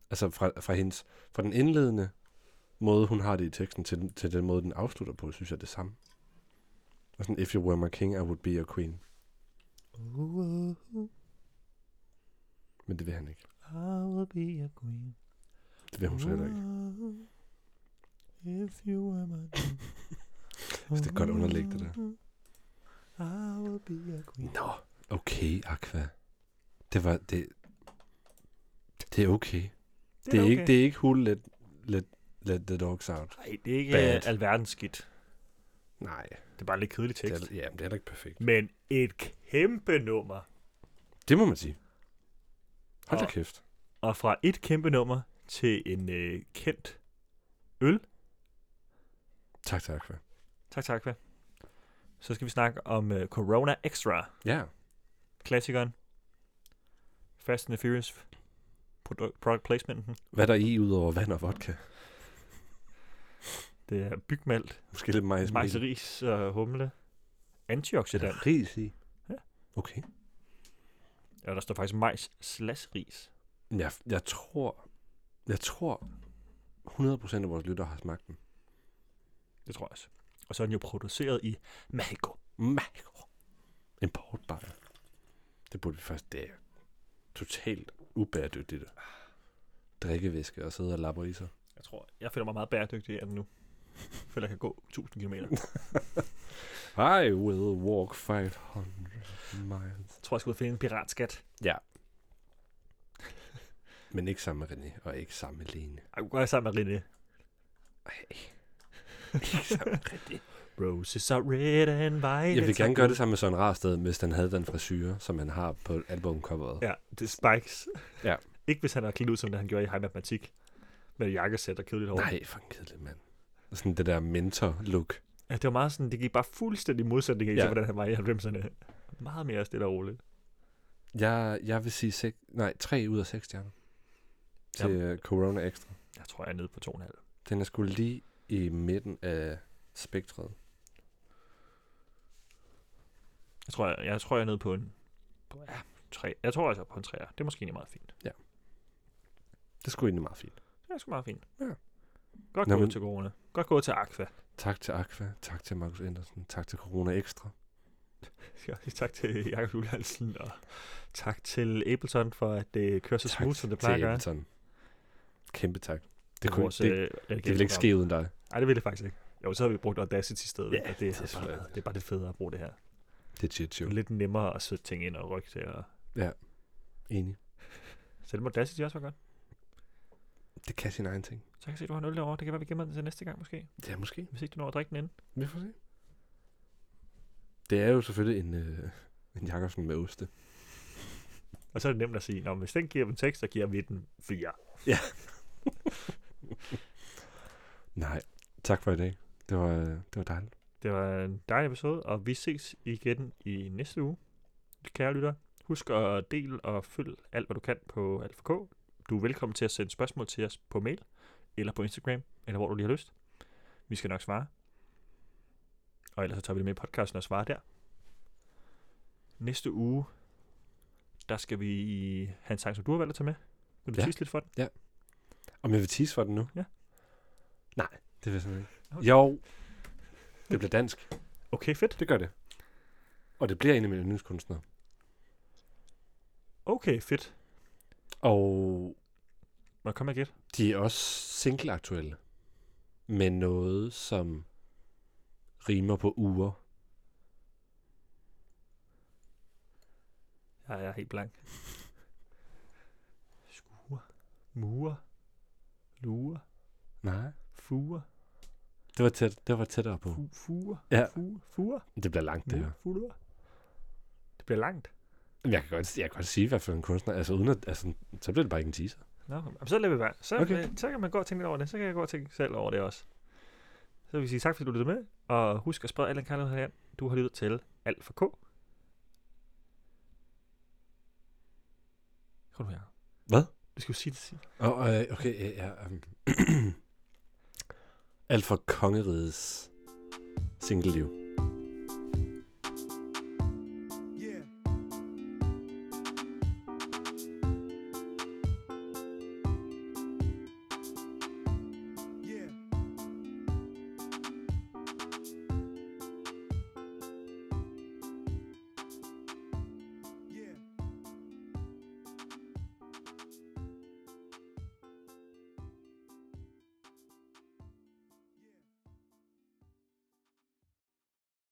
Speaker 3: Altså fra, fra, hendes, fra den indledende måde, hun har det i teksten, til, den- til den måde, den afslutter på, synes jeg er det samme. Og sådan, if you were my king, I would be your queen. Men det vil han ikke.
Speaker 2: I will be a queen.
Speaker 3: Det vil hun så heller ikke.
Speaker 2: If you were my
Speaker 3: det er godt underlæg, det der.
Speaker 2: I will be a queen.
Speaker 3: Nå, okay, Aqua. Det var, det, det er okay. Det er, okay. ikke, det er ikke who let, let, let the dogs out.
Speaker 2: Nej, det er ikke
Speaker 3: Bad.
Speaker 2: Bad. alverdens skidt.
Speaker 3: Nej,
Speaker 2: Det er bare lidt kedelig
Speaker 3: det
Speaker 2: tekst.
Speaker 3: er, ja, men det er da ikke perfekt.
Speaker 2: Men et kæmpe nummer.
Speaker 3: Det må man sige. Hold da
Speaker 2: Og-
Speaker 3: kæft.
Speaker 2: Og fra et kæmpe nummer til en øh, kendt øl.
Speaker 3: Tak til Aqua.
Speaker 2: Tak, tak, Kva. Så skal vi snakke om øh, Corona Extra.
Speaker 3: Ja,
Speaker 2: Klassikeren. Fast and the Furious. Product, product placementen.
Speaker 3: hvad er der i udover vand og vodka?
Speaker 2: Det er bygmalt,
Speaker 3: Måske lidt majs.
Speaker 2: majseris og humle.
Speaker 3: Er
Speaker 2: Antioxidant.
Speaker 3: der ris i?
Speaker 2: Ja.
Speaker 3: Okay.
Speaker 2: Ja, der står faktisk majs slash ris.
Speaker 3: Men Jeg, jeg tror, jeg tror 100% af vores lyttere har smagt den.
Speaker 2: Det tror jeg også. Og så er den jo produceret i Mexico.
Speaker 3: Makro. Importbajer. Det burde vi først, det er totalt ubæredygtigt. det der. Drikkevæske og sidde og lapper i sig.
Speaker 2: Jeg tror, jeg føler mig meget bæredygtig af den nu. Jeg føler, jeg kan gå 1000 km.
Speaker 3: I will walk 500 miles.
Speaker 2: Jeg tror, jeg skal ud og finde en piratskat.
Speaker 3: Men ikke sammen med René, og ikke sammen med Lene.
Speaker 2: Jeg kunne godt være sammen med René.
Speaker 3: Ikke sammen med René.
Speaker 2: Roses are red and white.
Speaker 3: Jeg vil
Speaker 2: and
Speaker 3: gerne
Speaker 2: so
Speaker 3: gøre det
Speaker 2: blue.
Speaker 3: samme med Søren Rarsted, hvis han havde den frisyr, som han har på albumcoveret. Ja.
Speaker 2: Ja, det er spikes.
Speaker 3: Ja.
Speaker 2: Ikke hvis han har klædt ud, som det han gjorde i High Matematik. Med jakkesæt og kedeligt hår.
Speaker 3: Nej, for en kedelig mand. Sådan det der mentor-look.
Speaker 2: Ja, det var meget sådan, det gik bare fuldstændig modsætning af,
Speaker 3: Ja.
Speaker 2: ja. hvordan han var i 90'erne. Meget mere stille og roligt.
Speaker 3: Jeg, jeg vil sige sek, nej, 3 ud af 6 stjerner. Til
Speaker 2: Jamen.
Speaker 3: Jamen. Corona Extra.
Speaker 2: Jeg tror, jeg er nede på 2,5.
Speaker 3: Den er skulle lige i midten af spektret.
Speaker 2: Jeg tror, jeg, jeg tror, jeg er nede på en... På, ja, tre. Jeg tror altså på en 3'er. Det er måske egentlig meget fint.
Speaker 3: Det er sgu egentlig meget fint.
Speaker 2: Det er sgu meget fint.
Speaker 3: Ja.
Speaker 2: Godt
Speaker 3: Nå,
Speaker 2: gået
Speaker 3: men-
Speaker 2: til corona. Godt gået til Aqua.
Speaker 3: Tak til Aqua, tak til Markus Andersen, tak til Corona Extra.
Speaker 2: Ja, tak til Jakob Julhansen, og tak til Ableton for, at det kører så
Speaker 3: tak
Speaker 2: smooth, som det
Speaker 3: til
Speaker 2: plejer at gøre.
Speaker 3: Everton. Kæmpe tak. Det,
Speaker 2: Og
Speaker 3: kunne,
Speaker 2: vores,
Speaker 3: det, det,
Speaker 2: øh,
Speaker 3: det ville ikke ske uden dig.
Speaker 2: Nej, det ville det faktisk ikke. Jo, så havde vi brugt Audacity i stedet,
Speaker 3: Ja,
Speaker 2: og det,
Speaker 3: det er
Speaker 2: det, er bare,
Speaker 3: svært.
Speaker 2: det er bare det federe at bruge det her.
Speaker 3: Det er shit
Speaker 2: Det
Speaker 3: show.
Speaker 2: er lidt nemmere at sætte ting ind og rykke til. Og...
Speaker 3: Enig.
Speaker 2: Selv Audacity også var godt.
Speaker 3: Det kan sin egen ting.
Speaker 2: Så kan jeg se, at du har en øl derovre. Det kan være, vi gemmer den til næste gang måske.
Speaker 3: Ja, måske.
Speaker 2: Hvis ikke du når at drikke den inden.
Speaker 3: Vi får se. Det er jo selvfølgelig en, øh, en Jakobsen med oste.
Speaker 2: Og så er det nemt at sige, at hvis den giver dem tekst, så giver vi den fire.
Speaker 3: Nej, tak for i dag. Det var, øh, det var dejligt.
Speaker 2: Det var en dejlig episode, og vi ses igen i næste uge. Kære lytter, husk at del og følg alt, hvad du kan på Alfa K. Du er velkommen til at sende spørgsmål til os på mail, eller på Instagram, eller hvor du lige har lyst. Vi skal nok svare. Og ellers så tager vi det med i podcasten og svarer der. Næste uge, der skal vi have en sang, som du har valgt at tage med. Vil du
Speaker 3: Ja.
Speaker 2: ja. lidt for den?
Speaker 3: Om jeg vil tease for den nu?
Speaker 2: Ja.
Speaker 3: Nej, det vil jeg simpelthen ikke.
Speaker 2: Okay.
Speaker 3: Jo, det bliver dansk.
Speaker 2: Okay, fedt.
Speaker 3: Det gør det. Og det bliver en af mine yndlingskunstnere.
Speaker 2: Okay, fedt.
Speaker 3: Og
Speaker 2: Må jeg komme med et gæt?
Speaker 3: de er også single-aktuelle. Med noget, som rimer på uger.
Speaker 2: Jeg er helt blank. Skure. Mure. Lure.
Speaker 3: Nej.
Speaker 2: Fure.
Speaker 3: Det var, tæt, det var tættere på.
Speaker 2: Fu, fure.
Speaker 3: Ja.
Speaker 2: Fure. Fure.
Speaker 3: Det bliver langt, det her.
Speaker 2: Mure. Fure. Det bliver langt.
Speaker 3: Jamen, Jeg kan godt, jeg kan godt sige, hvad for en kunstner, altså uden at, altså, så bliver det bare ikke en teaser.
Speaker 2: Nå, men så lader vi være. Så,
Speaker 3: Okay.
Speaker 2: okay. så kan man gå og tænke lidt over det. Så kan jeg gå og tænke selv over det også. Så vil vi sige tak, fordi du lyttede med. Og husk at sprede Allan Kærlighed herhen. Du har lyttet til Alt for K. Kom nu her.
Speaker 3: Hvad?
Speaker 2: Du skal jo sige det. Sige. det.
Speaker 3: Og, øh, okay, ja, ja. Um. Alt for kongerigets single liv.